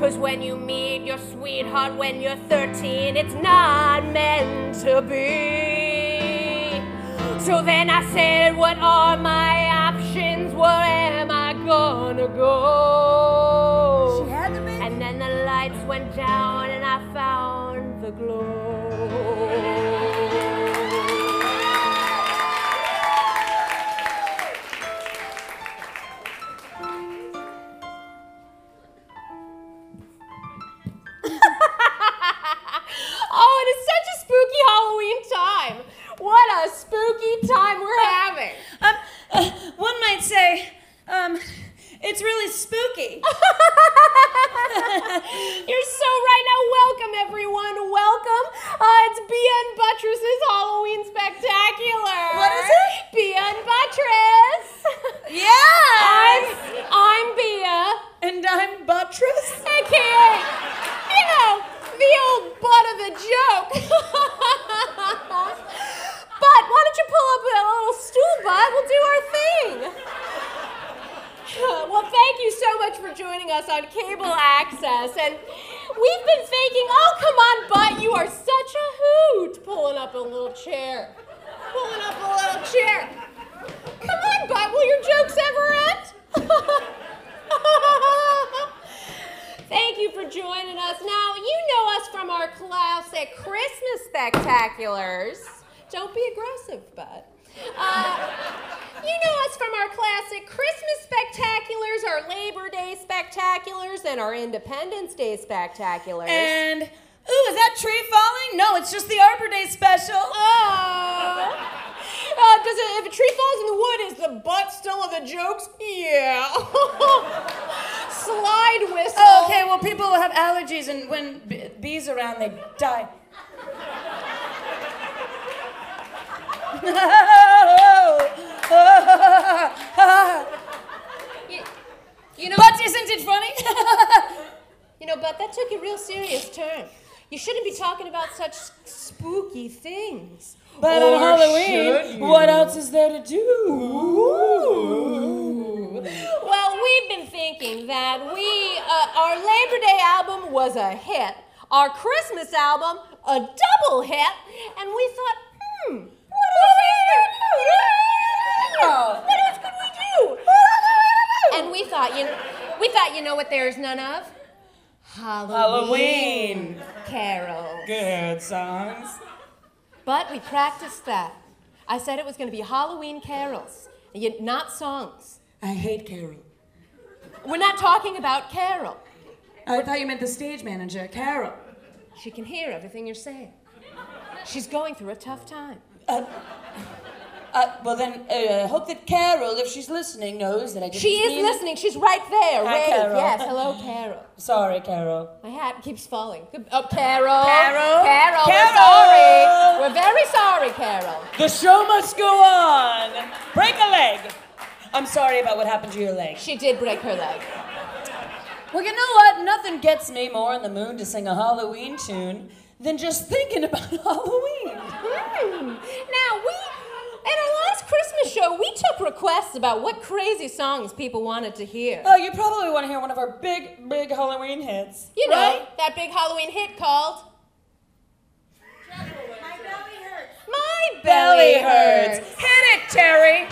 [SPEAKER 2] Cause when you meet your sweetheart when you're 13, it's not meant to be. So then I said, What are my options? Where am I gonna go?
[SPEAKER 3] She had the baby.
[SPEAKER 2] And then the lights went down and I found the glow. Oh, it is such a spooky Halloween time. What a spooky time we're having.
[SPEAKER 3] Um, uh, one might say, um, it's really spooky.
[SPEAKER 2] You're so right now. Welcome, everyone. Welcome. Uh, it's BN Buttress's Halloween Spectacular.
[SPEAKER 3] What is it?
[SPEAKER 2] BN Buttress. I'm,
[SPEAKER 3] Yeah.
[SPEAKER 2] I'm Bia,
[SPEAKER 3] and I'm buttress.
[SPEAKER 2] aka, you know, the old butt of the joke. but why don't you pull up a little stool, bud? We'll do our thing. Well, thank you so much for joining us on Cable Access. And we've been thinking, oh, come on, but you are such a hoot. Pulling up a little chair. Pulling up a little chair. Come on, but will your jokes ever end? Thank you for joining us. Now, you know us from our classic Christmas spectaculars. Don't be aggressive, bud. Uh, you know us from our classic Christmas spectaculars, our Labor Day spectaculars, and our Independence Day spectaculars.
[SPEAKER 3] And ooh, is that tree falling? No, it's just the Arbor Day special.
[SPEAKER 2] oh, Uh, does it, if a tree falls in the wood, is the butt still of the jokes? Yeah. Slide whistle.
[SPEAKER 3] Oh, okay, well, people have allergies, and when b- bees are around, they die.
[SPEAKER 2] You know,
[SPEAKER 3] But isn't it funny?
[SPEAKER 2] you know, but that took a real serious turn. You shouldn't be talking about such s- spooky things.
[SPEAKER 3] But
[SPEAKER 2] Or
[SPEAKER 3] on
[SPEAKER 2] should
[SPEAKER 3] Halloween,
[SPEAKER 2] you?
[SPEAKER 3] what else is there to do?
[SPEAKER 2] Well, we've been thinking that we uh, our Labor Day album was a hit, our Christmas album a double hit, and we thought, hmm, what else could we do? What else could we do? And we thought, you know, we thought, you know what there is none of? Halloween, Carol.
[SPEAKER 3] Good songs.
[SPEAKER 2] But we practiced that. I said it was going to be Halloween carols, yet not songs.
[SPEAKER 3] I hate Carol.
[SPEAKER 2] We're not talking about Carol.
[SPEAKER 3] I thought you meant the stage manager, Carol.
[SPEAKER 2] She can hear everything you're saying. She's going through a tough time.
[SPEAKER 3] Uh, well then, uh, I hope that Carol, if she's listening, knows that I just.
[SPEAKER 2] She is listening. She's right there.
[SPEAKER 3] Hi,
[SPEAKER 2] Wave.
[SPEAKER 3] Carol.
[SPEAKER 2] Yes. Hello, Carol.
[SPEAKER 3] Sorry, Carol.
[SPEAKER 2] My hat keeps falling. Good- Oh, Carol.
[SPEAKER 3] Carol.
[SPEAKER 2] Carol. We're
[SPEAKER 3] Carol.
[SPEAKER 2] sorry. We're very sorry, Carol.
[SPEAKER 3] The show must go on. Break a leg. I'm sorry about what happened to your leg.
[SPEAKER 2] She did break her leg.
[SPEAKER 3] Well, you know what? Nothing gets me more in the mood to sing a Halloween tune than just thinking about Halloween.
[SPEAKER 2] Hmm. Now we, at our last Christmas show, we took requests about what crazy songs people wanted to hear.
[SPEAKER 3] Oh, you probably want to hear one of our big, big Halloween hits.
[SPEAKER 2] You know
[SPEAKER 3] right?
[SPEAKER 2] that big Halloween hit called
[SPEAKER 6] My belly hurts.
[SPEAKER 2] "My
[SPEAKER 3] Belly
[SPEAKER 2] Belly,
[SPEAKER 3] hurts. Hit it, Terry.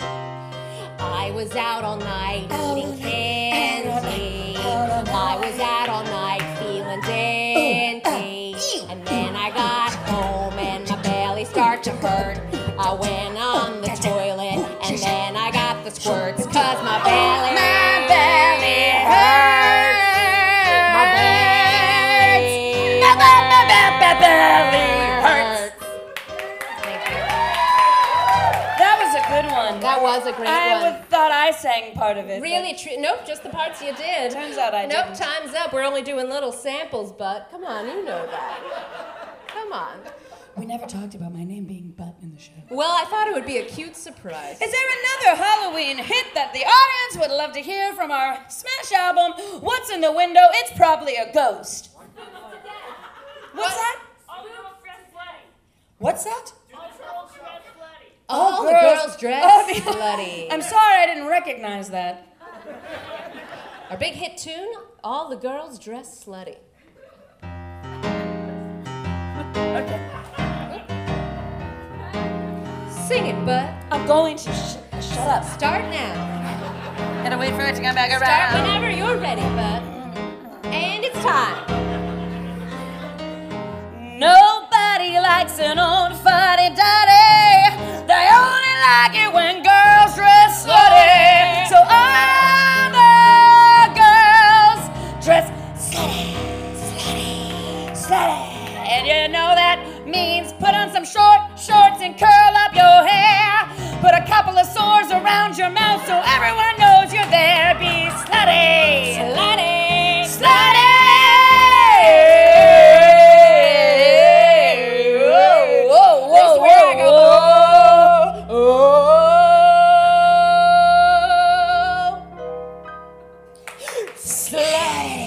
[SPEAKER 2] I was out all night eating candy. I was out all night feeling dainty. And then I got home and my belly started to hurt. I went on the toilet and then I got the squirts. Cause my belly, my belly hurts. My belly, my belly hurts.
[SPEAKER 3] That was a good one.
[SPEAKER 2] That was a great
[SPEAKER 3] I
[SPEAKER 2] one.
[SPEAKER 3] would- thought I sang part of it. but-
[SPEAKER 2] Really true. Nope, just the parts you did.
[SPEAKER 3] Turns out I
[SPEAKER 2] Nope,
[SPEAKER 3] didn't.
[SPEAKER 2] time's up. We're only doing little samples, but come on, you know that. Come on.
[SPEAKER 3] We never talked about my name being Butt in the show.
[SPEAKER 2] Well, I thought it would be a cute surprise.
[SPEAKER 3] Is there another Halloween hit that the audience would love to hear from our smash album, What's in the Window? It's probably a ghost. What's that? What's that?
[SPEAKER 2] All the
[SPEAKER 3] girls-
[SPEAKER 2] girls dress
[SPEAKER 3] Oh, the-
[SPEAKER 2] slutty.
[SPEAKER 3] I'm sorry I didn't recognize that.
[SPEAKER 2] Our big hit tune, All the Girls Dress Slutty. Sing it, bud.
[SPEAKER 3] I'm going to sh- shut up.
[SPEAKER 2] Start now.
[SPEAKER 3] Gotta wait for it to come back
[SPEAKER 2] Start
[SPEAKER 3] around.
[SPEAKER 2] whenever you're ready, bud. And it's time.
[SPEAKER 3] Nobody likes an old fuddy duddy. They only like it when girls dress slutty. So all the girls dress slutty, slutty, slutty. And you know that means put on some short shorts and curl up your hair. Put a couple of sores around your mouth so everyone knows you're there. Be slutty.
[SPEAKER 2] Slutty.
[SPEAKER 3] Slutty! Whoa, whoa, whoa, whoa, whoa. Slutty!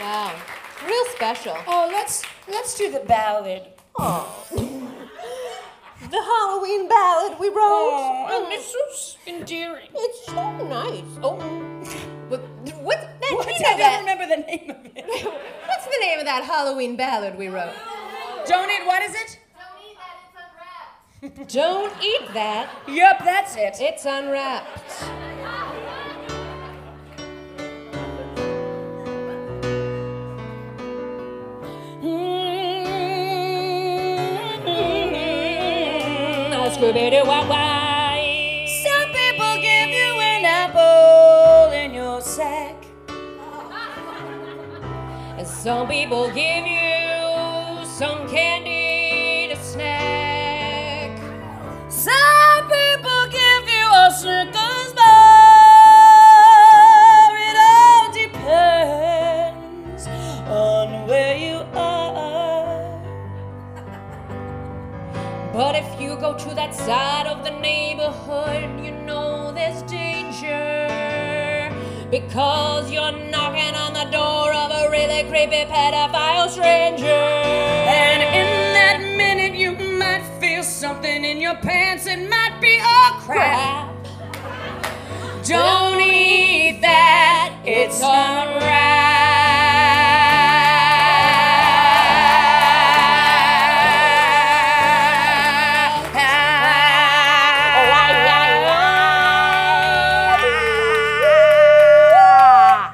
[SPEAKER 2] Wow. Real special.
[SPEAKER 3] Oh, let's let's do the ballad.
[SPEAKER 2] The Halloween ballad we wrote.
[SPEAKER 3] Oh, and it's so endearing.
[SPEAKER 2] It's so nice. Oh, what? what that, you
[SPEAKER 3] What?
[SPEAKER 2] know
[SPEAKER 3] I don't
[SPEAKER 2] that-
[SPEAKER 3] remember the name of it.
[SPEAKER 2] What's the name of that Halloween ballad we wrote?
[SPEAKER 3] Don't eat. What is it?
[SPEAKER 6] Don't eat that, it's unwrapped.
[SPEAKER 2] Don't eat that.
[SPEAKER 3] Yep, that's it.
[SPEAKER 2] It's unwrapped.
[SPEAKER 3] Some people give you an apple in your sack.
[SPEAKER 1] Some people give you some candy to snack. Some people give you a Snickers bar. It all depends on where you are. But if you go to that side of the neighborhood, you know there's danger. Because you're knocking on the door of a really creepy pedophile stranger. And in that minute, you might feel something in your pants. It might be a crap. Don't eat that, it's alright.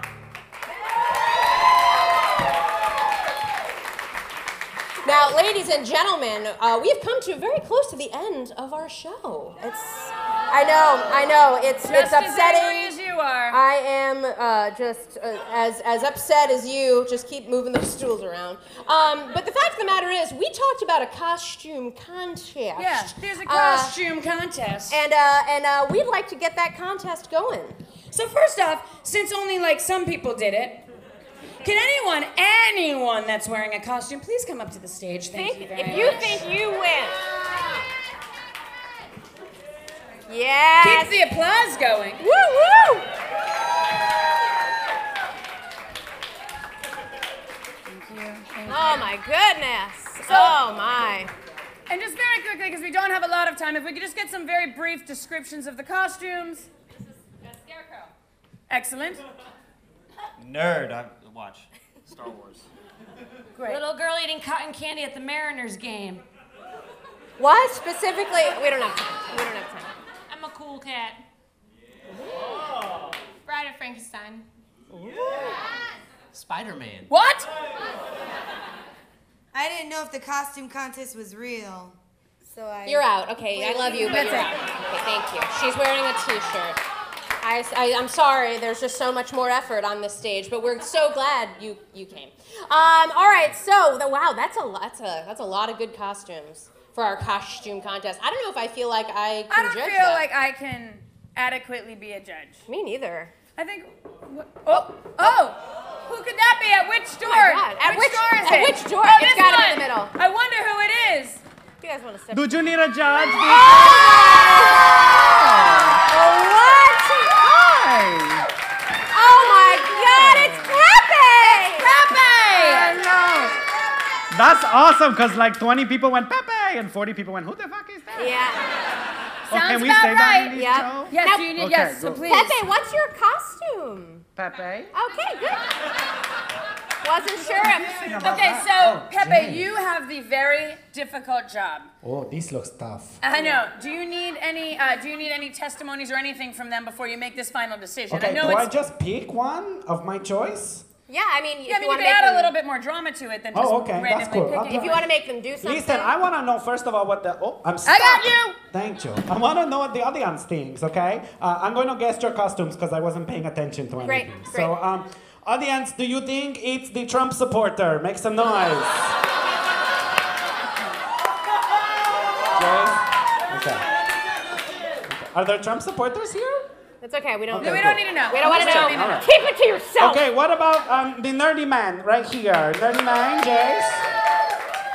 [SPEAKER 2] Now, ladies and gentlemen, uh, we have come to very close to the end of our show. It's, I know, I know, it's it's
[SPEAKER 3] Just as angry
[SPEAKER 2] upsetting.
[SPEAKER 3] as you are.
[SPEAKER 2] I am uh, just uh, as as upset as you. Just keep moving those stools around. Um, but the fact of the matter is, we talked about a costume contest.
[SPEAKER 3] yeah, there's a
[SPEAKER 2] Uh,
[SPEAKER 3] costume contest.
[SPEAKER 2] and uh, and uh, we'd like to get that contest going.
[SPEAKER 3] So first off, since only like some people did it, can anyone, anyone that's wearing a costume, please come up to the stage? Thank you very much.
[SPEAKER 2] think you win. Yes.
[SPEAKER 3] keep the applause going.
[SPEAKER 2] Woo woo! Oh my goodness. Oh my.
[SPEAKER 3] And just very quickly, because we don't have a lot of time, if we could just get some very brief descriptions of the costumes. This is a scarecrow. Excellent.
[SPEAKER 9] Nerd, I watch Star Wars.
[SPEAKER 10] Little girl eating cotton candy at the Mariners game.
[SPEAKER 2] What specifically? We don't have time. We don't have time.
[SPEAKER 11] I'm a cool cat. Bride of Frankenstein.
[SPEAKER 9] Spider-Man.
[SPEAKER 3] What?
[SPEAKER 12] I didn't know if the costume contest was real, so I.
[SPEAKER 2] You're out. Okay, I love you, but you're out. Okay, thank you. She's wearing a T-shirt. I, I, am sorry. There's just so much more effort on this stage, but we're so glad you you came. Um, all right. So the, wow, that's a lo- that's a that's a lot of good costumes for our costume contest. I don't know if I feel like I can
[SPEAKER 3] I don't
[SPEAKER 2] judge
[SPEAKER 3] feel
[SPEAKER 2] that.
[SPEAKER 3] like I can adequately be a judge.
[SPEAKER 2] me neither.
[SPEAKER 3] I think. What, oh, oh. Who could that be? Oh At which door?
[SPEAKER 2] God, at which-
[SPEAKER 3] door is
[SPEAKER 2] at
[SPEAKER 3] it?
[SPEAKER 2] which door?
[SPEAKER 3] Oh,
[SPEAKER 2] It's
[SPEAKER 3] this
[SPEAKER 2] gotta be
[SPEAKER 3] one.
[SPEAKER 2] the middle.
[SPEAKER 3] I wonder who it is.
[SPEAKER 2] You guys want to step?
[SPEAKER 9] Did you need a judge?
[SPEAKER 2] Oh, What? Oh my God! It's Pepe. Pepe.
[SPEAKER 9] That's awesome, cause like 20 people went Pepe and 40 people went Who the fuck is that?
[SPEAKER 2] Yeah.
[SPEAKER 9] Oh, can
[SPEAKER 3] Sounds
[SPEAKER 9] we
[SPEAKER 3] about
[SPEAKER 9] say that in
[SPEAKER 3] right.
[SPEAKER 9] the
[SPEAKER 2] Yeah.
[SPEAKER 9] show?
[SPEAKER 3] Yes,
[SPEAKER 2] Now-
[SPEAKER 3] do you need,
[SPEAKER 9] Okay,
[SPEAKER 3] yes,
[SPEAKER 9] go.
[SPEAKER 3] so please.
[SPEAKER 2] Pepe, what's your costume?
[SPEAKER 9] Pepe.
[SPEAKER 2] Okay, good. Wasn't sure. if-
[SPEAKER 3] Okay, so
[SPEAKER 9] Oh,
[SPEAKER 3] Pepe, you have the very difficult job.
[SPEAKER 13] Oh, this looks tough.
[SPEAKER 3] I know. Do you need any? Uh, do you need any testimonies or anything from them before you make this final decision?
[SPEAKER 13] Okay,
[SPEAKER 3] I know
[SPEAKER 13] do I
[SPEAKER 3] it's.
[SPEAKER 13] just pick one of my choice?
[SPEAKER 2] Yeah, I mean, if
[SPEAKER 3] yeah, I
[SPEAKER 2] you
[SPEAKER 3] mean, you
[SPEAKER 2] want to
[SPEAKER 3] can
[SPEAKER 2] make
[SPEAKER 3] add
[SPEAKER 2] them,
[SPEAKER 3] a little bit more drama to it than
[SPEAKER 13] Oh,
[SPEAKER 3] just
[SPEAKER 13] okay,
[SPEAKER 3] randomly
[SPEAKER 13] that's cool.
[SPEAKER 3] picking.
[SPEAKER 13] I'll
[SPEAKER 2] if you want to make them do something.
[SPEAKER 13] Listen, I want to know first of all what the oh, I'm stuck.
[SPEAKER 3] I got you.
[SPEAKER 13] Thank you. I want to know what the audience thinks. Okay, uh, I'm going to guess your costumes because I wasn't paying attention to
[SPEAKER 2] Great,
[SPEAKER 13] anything.
[SPEAKER 2] great.
[SPEAKER 13] So, um, audience, do you think it's the Trump supporter? Make some noise. Yes? Okay. Are there Trump supporters here?
[SPEAKER 2] That's okay. We don't.
[SPEAKER 13] Okay,
[SPEAKER 3] We don't need to know.
[SPEAKER 2] We don't want to
[SPEAKER 13] Okay,
[SPEAKER 2] know.
[SPEAKER 13] all right.
[SPEAKER 2] Keep it to yourself.
[SPEAKER 13] Okay, what about um, the nerdy man right here? Nerdy man, Jace.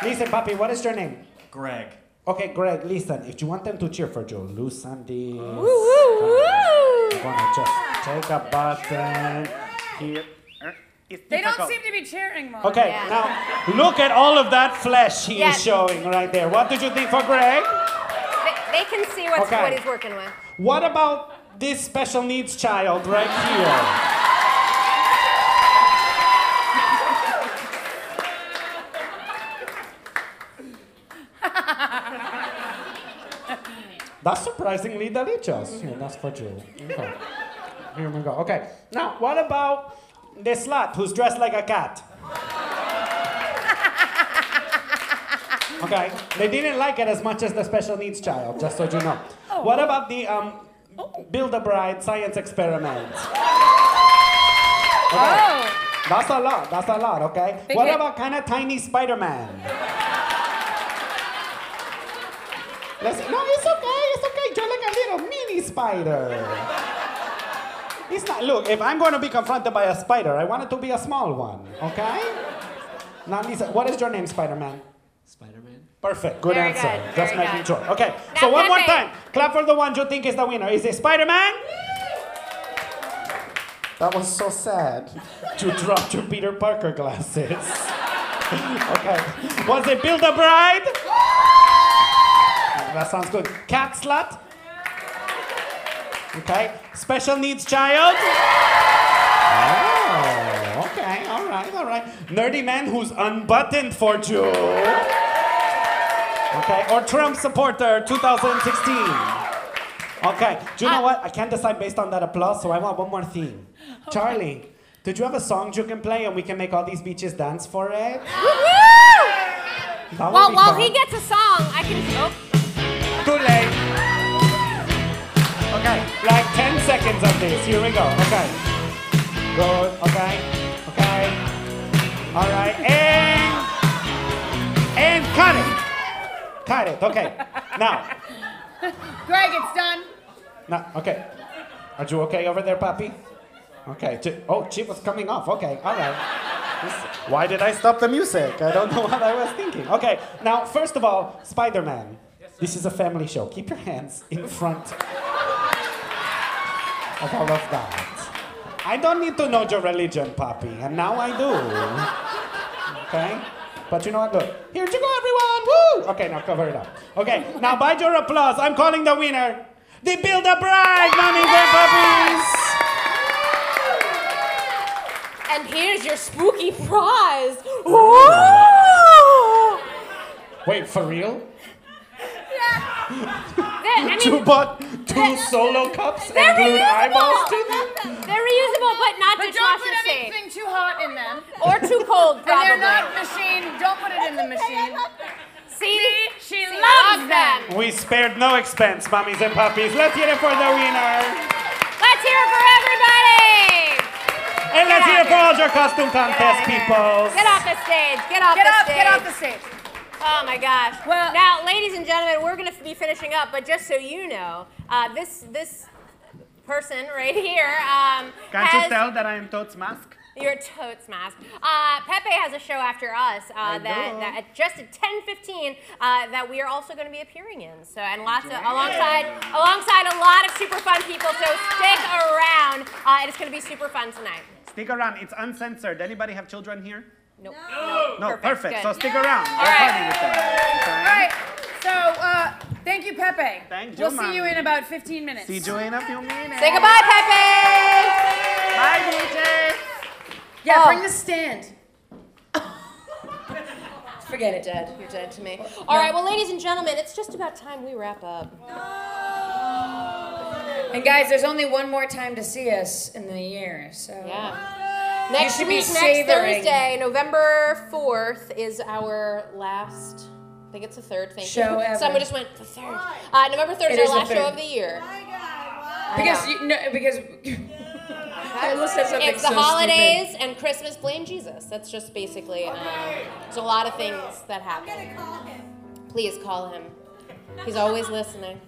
[SPEAKER 13] Listen, puppy, what is your name?
[SPEAKER 9] Greg.
[SPEAKER 13] Okay, Greg, listen, if you want them to cheer for you, lose something.
[SPEAKER 2] Woo, woo, woo.
[SPEAKER 13] Gonna just take a button here. It's
[SPEAKER 3] They don't
[SPEAKER 13] difficult.
[SPEAKER 3] seem to be cheering more.
[SPEAKER 13] Okay,
[SPEAKER 2] Yeah.
[SPEAKER 13] now look at all of that flesh he
[SPEAKER 2] Yeah.
[SPEAKER 13] is showing right there. What did you think for Greg?
[SPEAKER 2] They, they can see what's,
[SPEAKER 13] Okay.
[SPEAKER 2] what he's working with.
[SPEAKER 13] What about this special needs child right here? That's surprisingly delicious. Yeah, that's for you. Okay. Here we go. Okay. Now, what about the slut who's dressed like a cat? Okay. They didn't like it as much as the special needs child, just so you know. What about the um, Build a Bride science experiment? Okay.
[SPEAKER 3] Oh,
[SPEAKER 13] That's a lot. That's a lot, okay?
[SPEAKER 3] Big
[SPEAKER 13] what
[SPEAKER 3] hit.
[SPEAKER 13] about kind of tiny Spider Man? Listen, no, it's okay. It's okay. You're like a little mini spider. It's not, look, if I'm going to be confronted by a spider, I want it to be a small one, okay? Now, Lisa, what is your name, Spider Man?
[SPEAKER 14] Spider-Man.
[SPEAKER 13] Perfect. Good
[SPEAKER 14] Very
[SPEAKER 13] answer.
[SPEAKER 14] good,
[SPEAKER 13] Just
[SPEAKER 14] very
[SPEAKER 13] making
[SPEAKER 14] good.
[SPEAKER 13] sure. Okay.
[SPEAKER 14] Now,
[SPEAKER 13] so one more
[SPEAKER 14] Pepe.
[SPEAKER 13] time. Clap for the one you think is the winner. Is it Spider-Man? That was so sad. you dropped your Peter Parker glasses. okay. Was it Build a Bride? that sounds good. Cat slut. Okay. Special needs child. Oh, okay. All right. All right. Nerdy man who's unbuttoned for you. Okay, or Trump supporter 2016. Okay, do you
[SPEAKER 2] Ah.
[SPEAKER 13] know what? I can't decide based on that applause, so I want one more theme. Charlie, did you have a song you can play and we can make all these bitches dance for it? That would
[SPEAKER 2] Well,
[SPEAKER 13] be
[SPEAKER 2] while
[SPEAKER 13] fun.
[SPEAKER 2] he gets a song, I can. Oh.
[SPEAKER 13] Too late. Okay, like 10 seconds of this. Here we go. Okay. Good. Okay. Okay. All right. And. And cut it. Cut it. Okay. Now.
[SPEAKER 10] Greg, it's done.
[SPEAKER 13] Now. Okay. Are you okay over there, Papi? Okay. Ch- Oh, she was coming off. Okay. All right. This- Why did I stop the music? I don't know what I was thinking. Okay. Now, first of all, Spider Man. this is a family show. Keep your hands in front of all of that. I don't need to know your religion, Papi, and now I do. Okay? But you know what? Look, here you go, everyone! Woo! Okay, now cover it up. Okay, now by your applause, I'm calling the winner the Build a Bride, mommies and puppies!
[SPEAKER 2] And here's your spooky prize. Ooh!
[SPEAKER 13] Wait, for real?
[SPEAKER 2] They're, I
[SPEAKER 13] you
[SPEAKER 2] mean,
[SPEAKER 13] bought two solo cups and glued eyeballs to them?
[SPEAKER 2] they're reusable, but not
[SPEAKER 10] But don't
[SPEAKER 2] dishwasher
[SPEAKER 10] put
[SPEAKER 2] safe.
[SPEAKER 10] anything too hot in them.
[SPEAKER 2] Or too cold,
[SPEAKER 10] And they're
[SPEAKER 2] probably.
[SPEAKER 10] not machine. Don't put it in the machine.
[SPEAKER 2] See?
[SPEAKER 10] She,
[SPEAKER 2] She
[SPEAKER 10] loves
[SPEAKER 2] loves
[SPEAKER 10] them.
[SPEAKER 13] We spared no expense, mommies and puppies. Let's hear it for the winner!
[SPEAKER 2] Let's hear it for everybody!
[SPEAKER 13] And let's hear it for all your costume contest people!
[SPEAKER 2] Get off the stage. Get off
[SPEAKER 10] Get
[SPEAKER 2] the
[SPEAKER 10] off-
[SPEAKER 2] stage.
[SPEAKER 10] get off the
[SPEAKER 2] stage. Oh my gosh. Well, now, ladies and gentlemen, we're going to be finishing up, but just so you know, uh, this this person right here um,
[SPEAKER 9] Can't
[SPEAKER 2] has
[SPEAKER 9] you tell that I am Toad's mask?
[SPEAKER 2] your totes mask. Uh, Pepe has a show after us
[SPEAKER 9] I
[SPEAKER 2] uh, that,
[SPEAKER 9] know.
[SPEAKER 2] that at just at 10:15 uh, that we are also going to be appearing in. So and lots of
[SPEAKER 10] Yeah.
[SPEAKER 2] alongside alongside a lot of super fun people. So stick around. Uh, it's going to be super fun tonight.
[SPEAKER 9] Stick around. It's uncensored. Anybody have children here?
[SPEAKER 2] Nope.
[SPEAKER 9] No, Oh, perfect.
[SPEAKER 2] Good.
[SPEAKER 9] So stick around.
[SPEAKER 10] All
[SPEAKER 9] We're
[SPEAKER 10] right.
[SPEAKER 9] partying with them.
[SPEAKER 10] All right. So, uh, thank you, Pepe. Thank
[SPEAKER 9] you,
[SPEAKER 10] We'll see you
[SPEAKER 9] mommy.
[SPEAKER 10] in about 15 minutes.
[SPEAKER 9] See you in a few minutes.
[SPEAKER 10] Say goodbye,
[SPEAKER 2] Pepe.
[SPEAKER 9] Bye, DJ.
[SPEAKER 10] Yeah,
[SPEAKER 2] Oh.
[SPEAKER 10] bring the stand.
[SPEAKER 2] Forget it, Dad. You're dead to me. All right, well, ladies and gentlemen, it's just about time we wrap up.
[SPEAKER 15] And guys, there's only one more time to see us in the year, so
[SPEAKER 2] Yeah.
[SPEAKER 15] You
[SPEAKER 2] Next
[SPEAKER 15] should
[SPEAKER 2] week,
[SPEAKER 15] be
[SPEAKER 2] next
[SPEAKER 15] savoring.
[SPEAKER 2] Thursday, November 4th, is our last. I think it's the third. Thank
[SPEAKER 15] Show
[SPEAKER 2] you.
[SPEAKER 15] ever.
[SPEAKER 2] Someone just went the third. Uh, November 3rd
[SPEAKER 15] It
[SPEAKER 2] is our
[SPEAKER 15] is the
[SPEAKER 2] last show
[SPEAKER 15] third.
[SPEAKER 2] of the year.
[SPEAKER 15] because you, no, because Carla said something
[SPEAKER 2] it's the
[SPEAKER 15] so
[SPEAKER 2] holidays and Christmas. Blame Jesus. That's just basically. Um, there's a lot of things that happen. Please call him. He's always listening.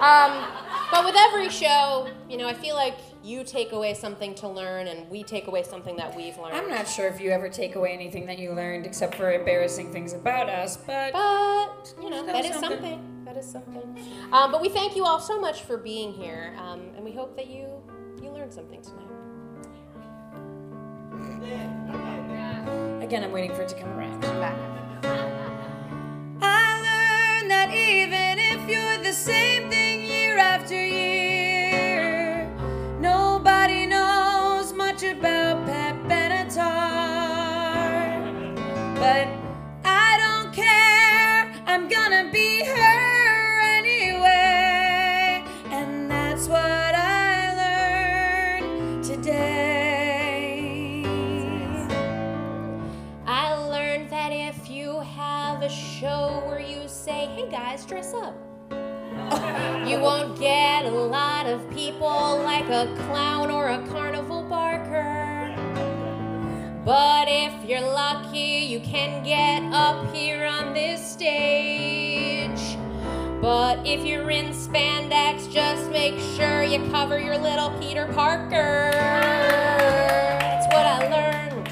[SPEAKER 2] Um, but with every show, you know, I feel like you take away something to learn, and we take away something that we've learned.
[SPEAKER 15] I'm not sure if you ever take away anything that you learned except for embarrassing things about us, but
[SPEAKER 2] But you know,
[SPEAKER 15] Still
[SPEAKER 2] that is
[SPEAKER 15] something.
[SPEAKER 2] something. That is something. Um, but we thank you all so much for being here, um, and we hope that you you learned something tonight.
[SPEAKER 15] again, I'm waiting for it to come around.
[SPEAKER 16] I learned that even if you're the same thing year after year, nobody knows much about Pat Benatar. But I don't care, I'm gonna be her anyway. And that's what I learned today.
[SPEAKER 2] I learned that if you have a show where you say, hey guys, dress up, you won't get a lot of people like a clown or a carnival barker. If you're lucky, you can get up here on this stage. But if you're in spandex, just make sure you cover your little Peter Parker. That's what I learned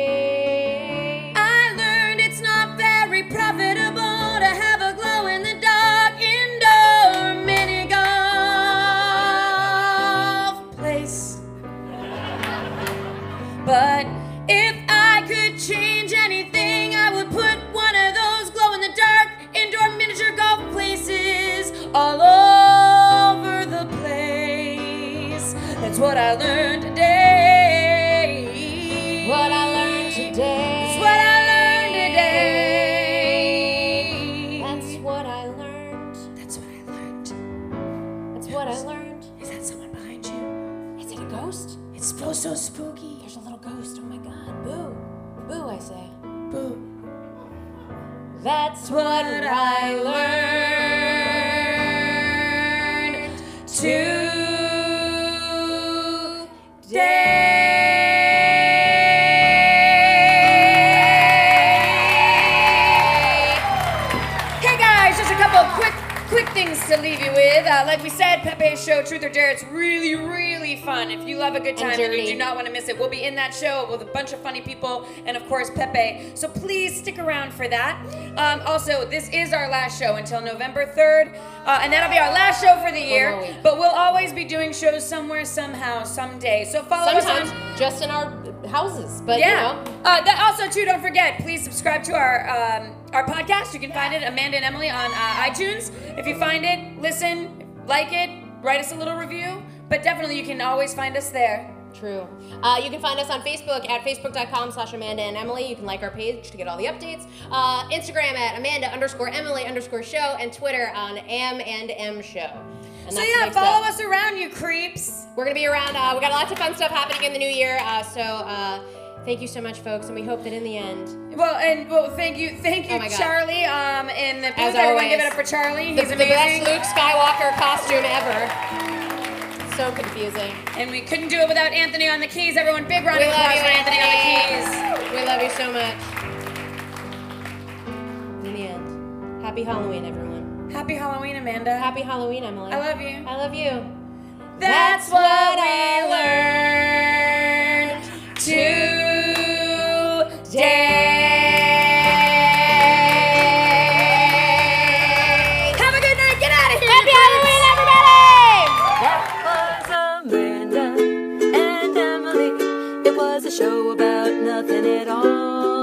[SPEAKER 2] today.
[SPEAKER 16] I learned it's not very profitable to have a glow in the dark indoor mini golf place. But if I could change anything, I would put one of those glow in the dark indoor miniature golf places all over the place. That's what I learned today. What I learned today. That's what I learned today.
[SPEAKER 2] That's what I learned.
[SPEAKER 16] That's what I learned.
[SPEAKER 2] That's what I learned.
[SPEAKER 16] Is that someone behind you?
[SPEAKER 2] Is it a ghost?
[SPEAKER 16] It's so so spooky.
[SPEAKER 2] There's a little ghost. Oh my god. Boo. Boo, I say.
[SPEAKER 16] Boo.
[SPEAKER 2] That's what I learned.
[SPEAKER 16] Hey guys, just a couple of quick, quick things to leave you with. Uh, like we said, Pepe's show, Truth or Dare, it's really, really fun. If you love a good time and, you
[SPEAKER 2] dirty.
[SPEAKER 16] do not want to miss it, we'll be in that show with a bunch of funny people and of course Pepe. So please stick around for that. Um, also, this is our last show until November third, uh, and that'll be our last show for the year.
[SPEAKER 2] One more week.
[SPEAKER 16] But we'll always be doing shows somewhere, somehow, someday. So follow us
[SPEAKER 2] Sometimes
[SPEAKER 16] on
[SPEAKER 2] just in our houses, but
[SPEAKER 16] yeah.
[SPEAKER 2] you know.
[SPEAKER 16] Uh, that also too. Don't forget, please subscribe to our um, our podcast. You can find it Amanda and Emily on uh, iTunes. If you find it, listen, like it, write us a little review. But definitely, you can always find us there.
[SPEAKER 2] True. Uh, you can find us on Facebook at facebook.com slash Amanda and Emily. You can like our page to get all the updates. Uh, Instagram at Amanda underscore Emily underscore show and Twitter on Am and M show. And
[SPEAKER 16] So
[SPEAKER 2] that's
[SPEAKER 16] yeah,
[SPEAKER 2] next
[SPEAKER 16] follow
[SPEAKER 2] up.
[SPEAKER 16] us around, you creeps.
[SPEAKER 2] We're going to be around. Uh, we got lots of fun stuff happening in the new year. Uh, so uh, thank you so much, folks. And we hope that in the end,
[SPEAKER 16] Well, and well, thank you, thank you,
[SPEAKER 2] Oh my God.
[SPEAKER 16] Charlie. Um, in the booth,
[SPEAKER 2] As
[SPEAKER 16] everyone,
[SPEAKER 2] always.
[SPEAKER 16] give it up for Charlie.
[SPEAKER 2] the,
[SPEAKER 16] He's
[SPEAKER 2] the
[SPEAKER 16] amazing.
[SPEAKER 2] best Luke Skywalker costume ever. So confusing.
[SPEAKER 16] And we couldn't do it without Anthony on the keys. Everyone, big round
[SPEAKER 2] We
[SPEAKER 16] of
[SPEAKER 2] love
[SPEAKER 16] applause
[SPEAKER 2] you,
[SPEAKER 16] for Anthony on the
[SPEAKER 2] Anthony.
[SPEAKER 16] keys.
[SPEAKER 2] We love you so much. In the end, happy Halloween, everyone.
[SPEAKER 16] Happy Halloween, Amanda.
[SPEAKER 2] Happy Halloween, Emily.
[SPEAKER 16] I love you.
[SPEAKER 2] I love you.
[SPEAKER 16] That's what I learned today. Have a good night. Get out of here. Happy Halloween,
[SPEAKER 1] That was Amanda and Emily. It was a show about nothing at all.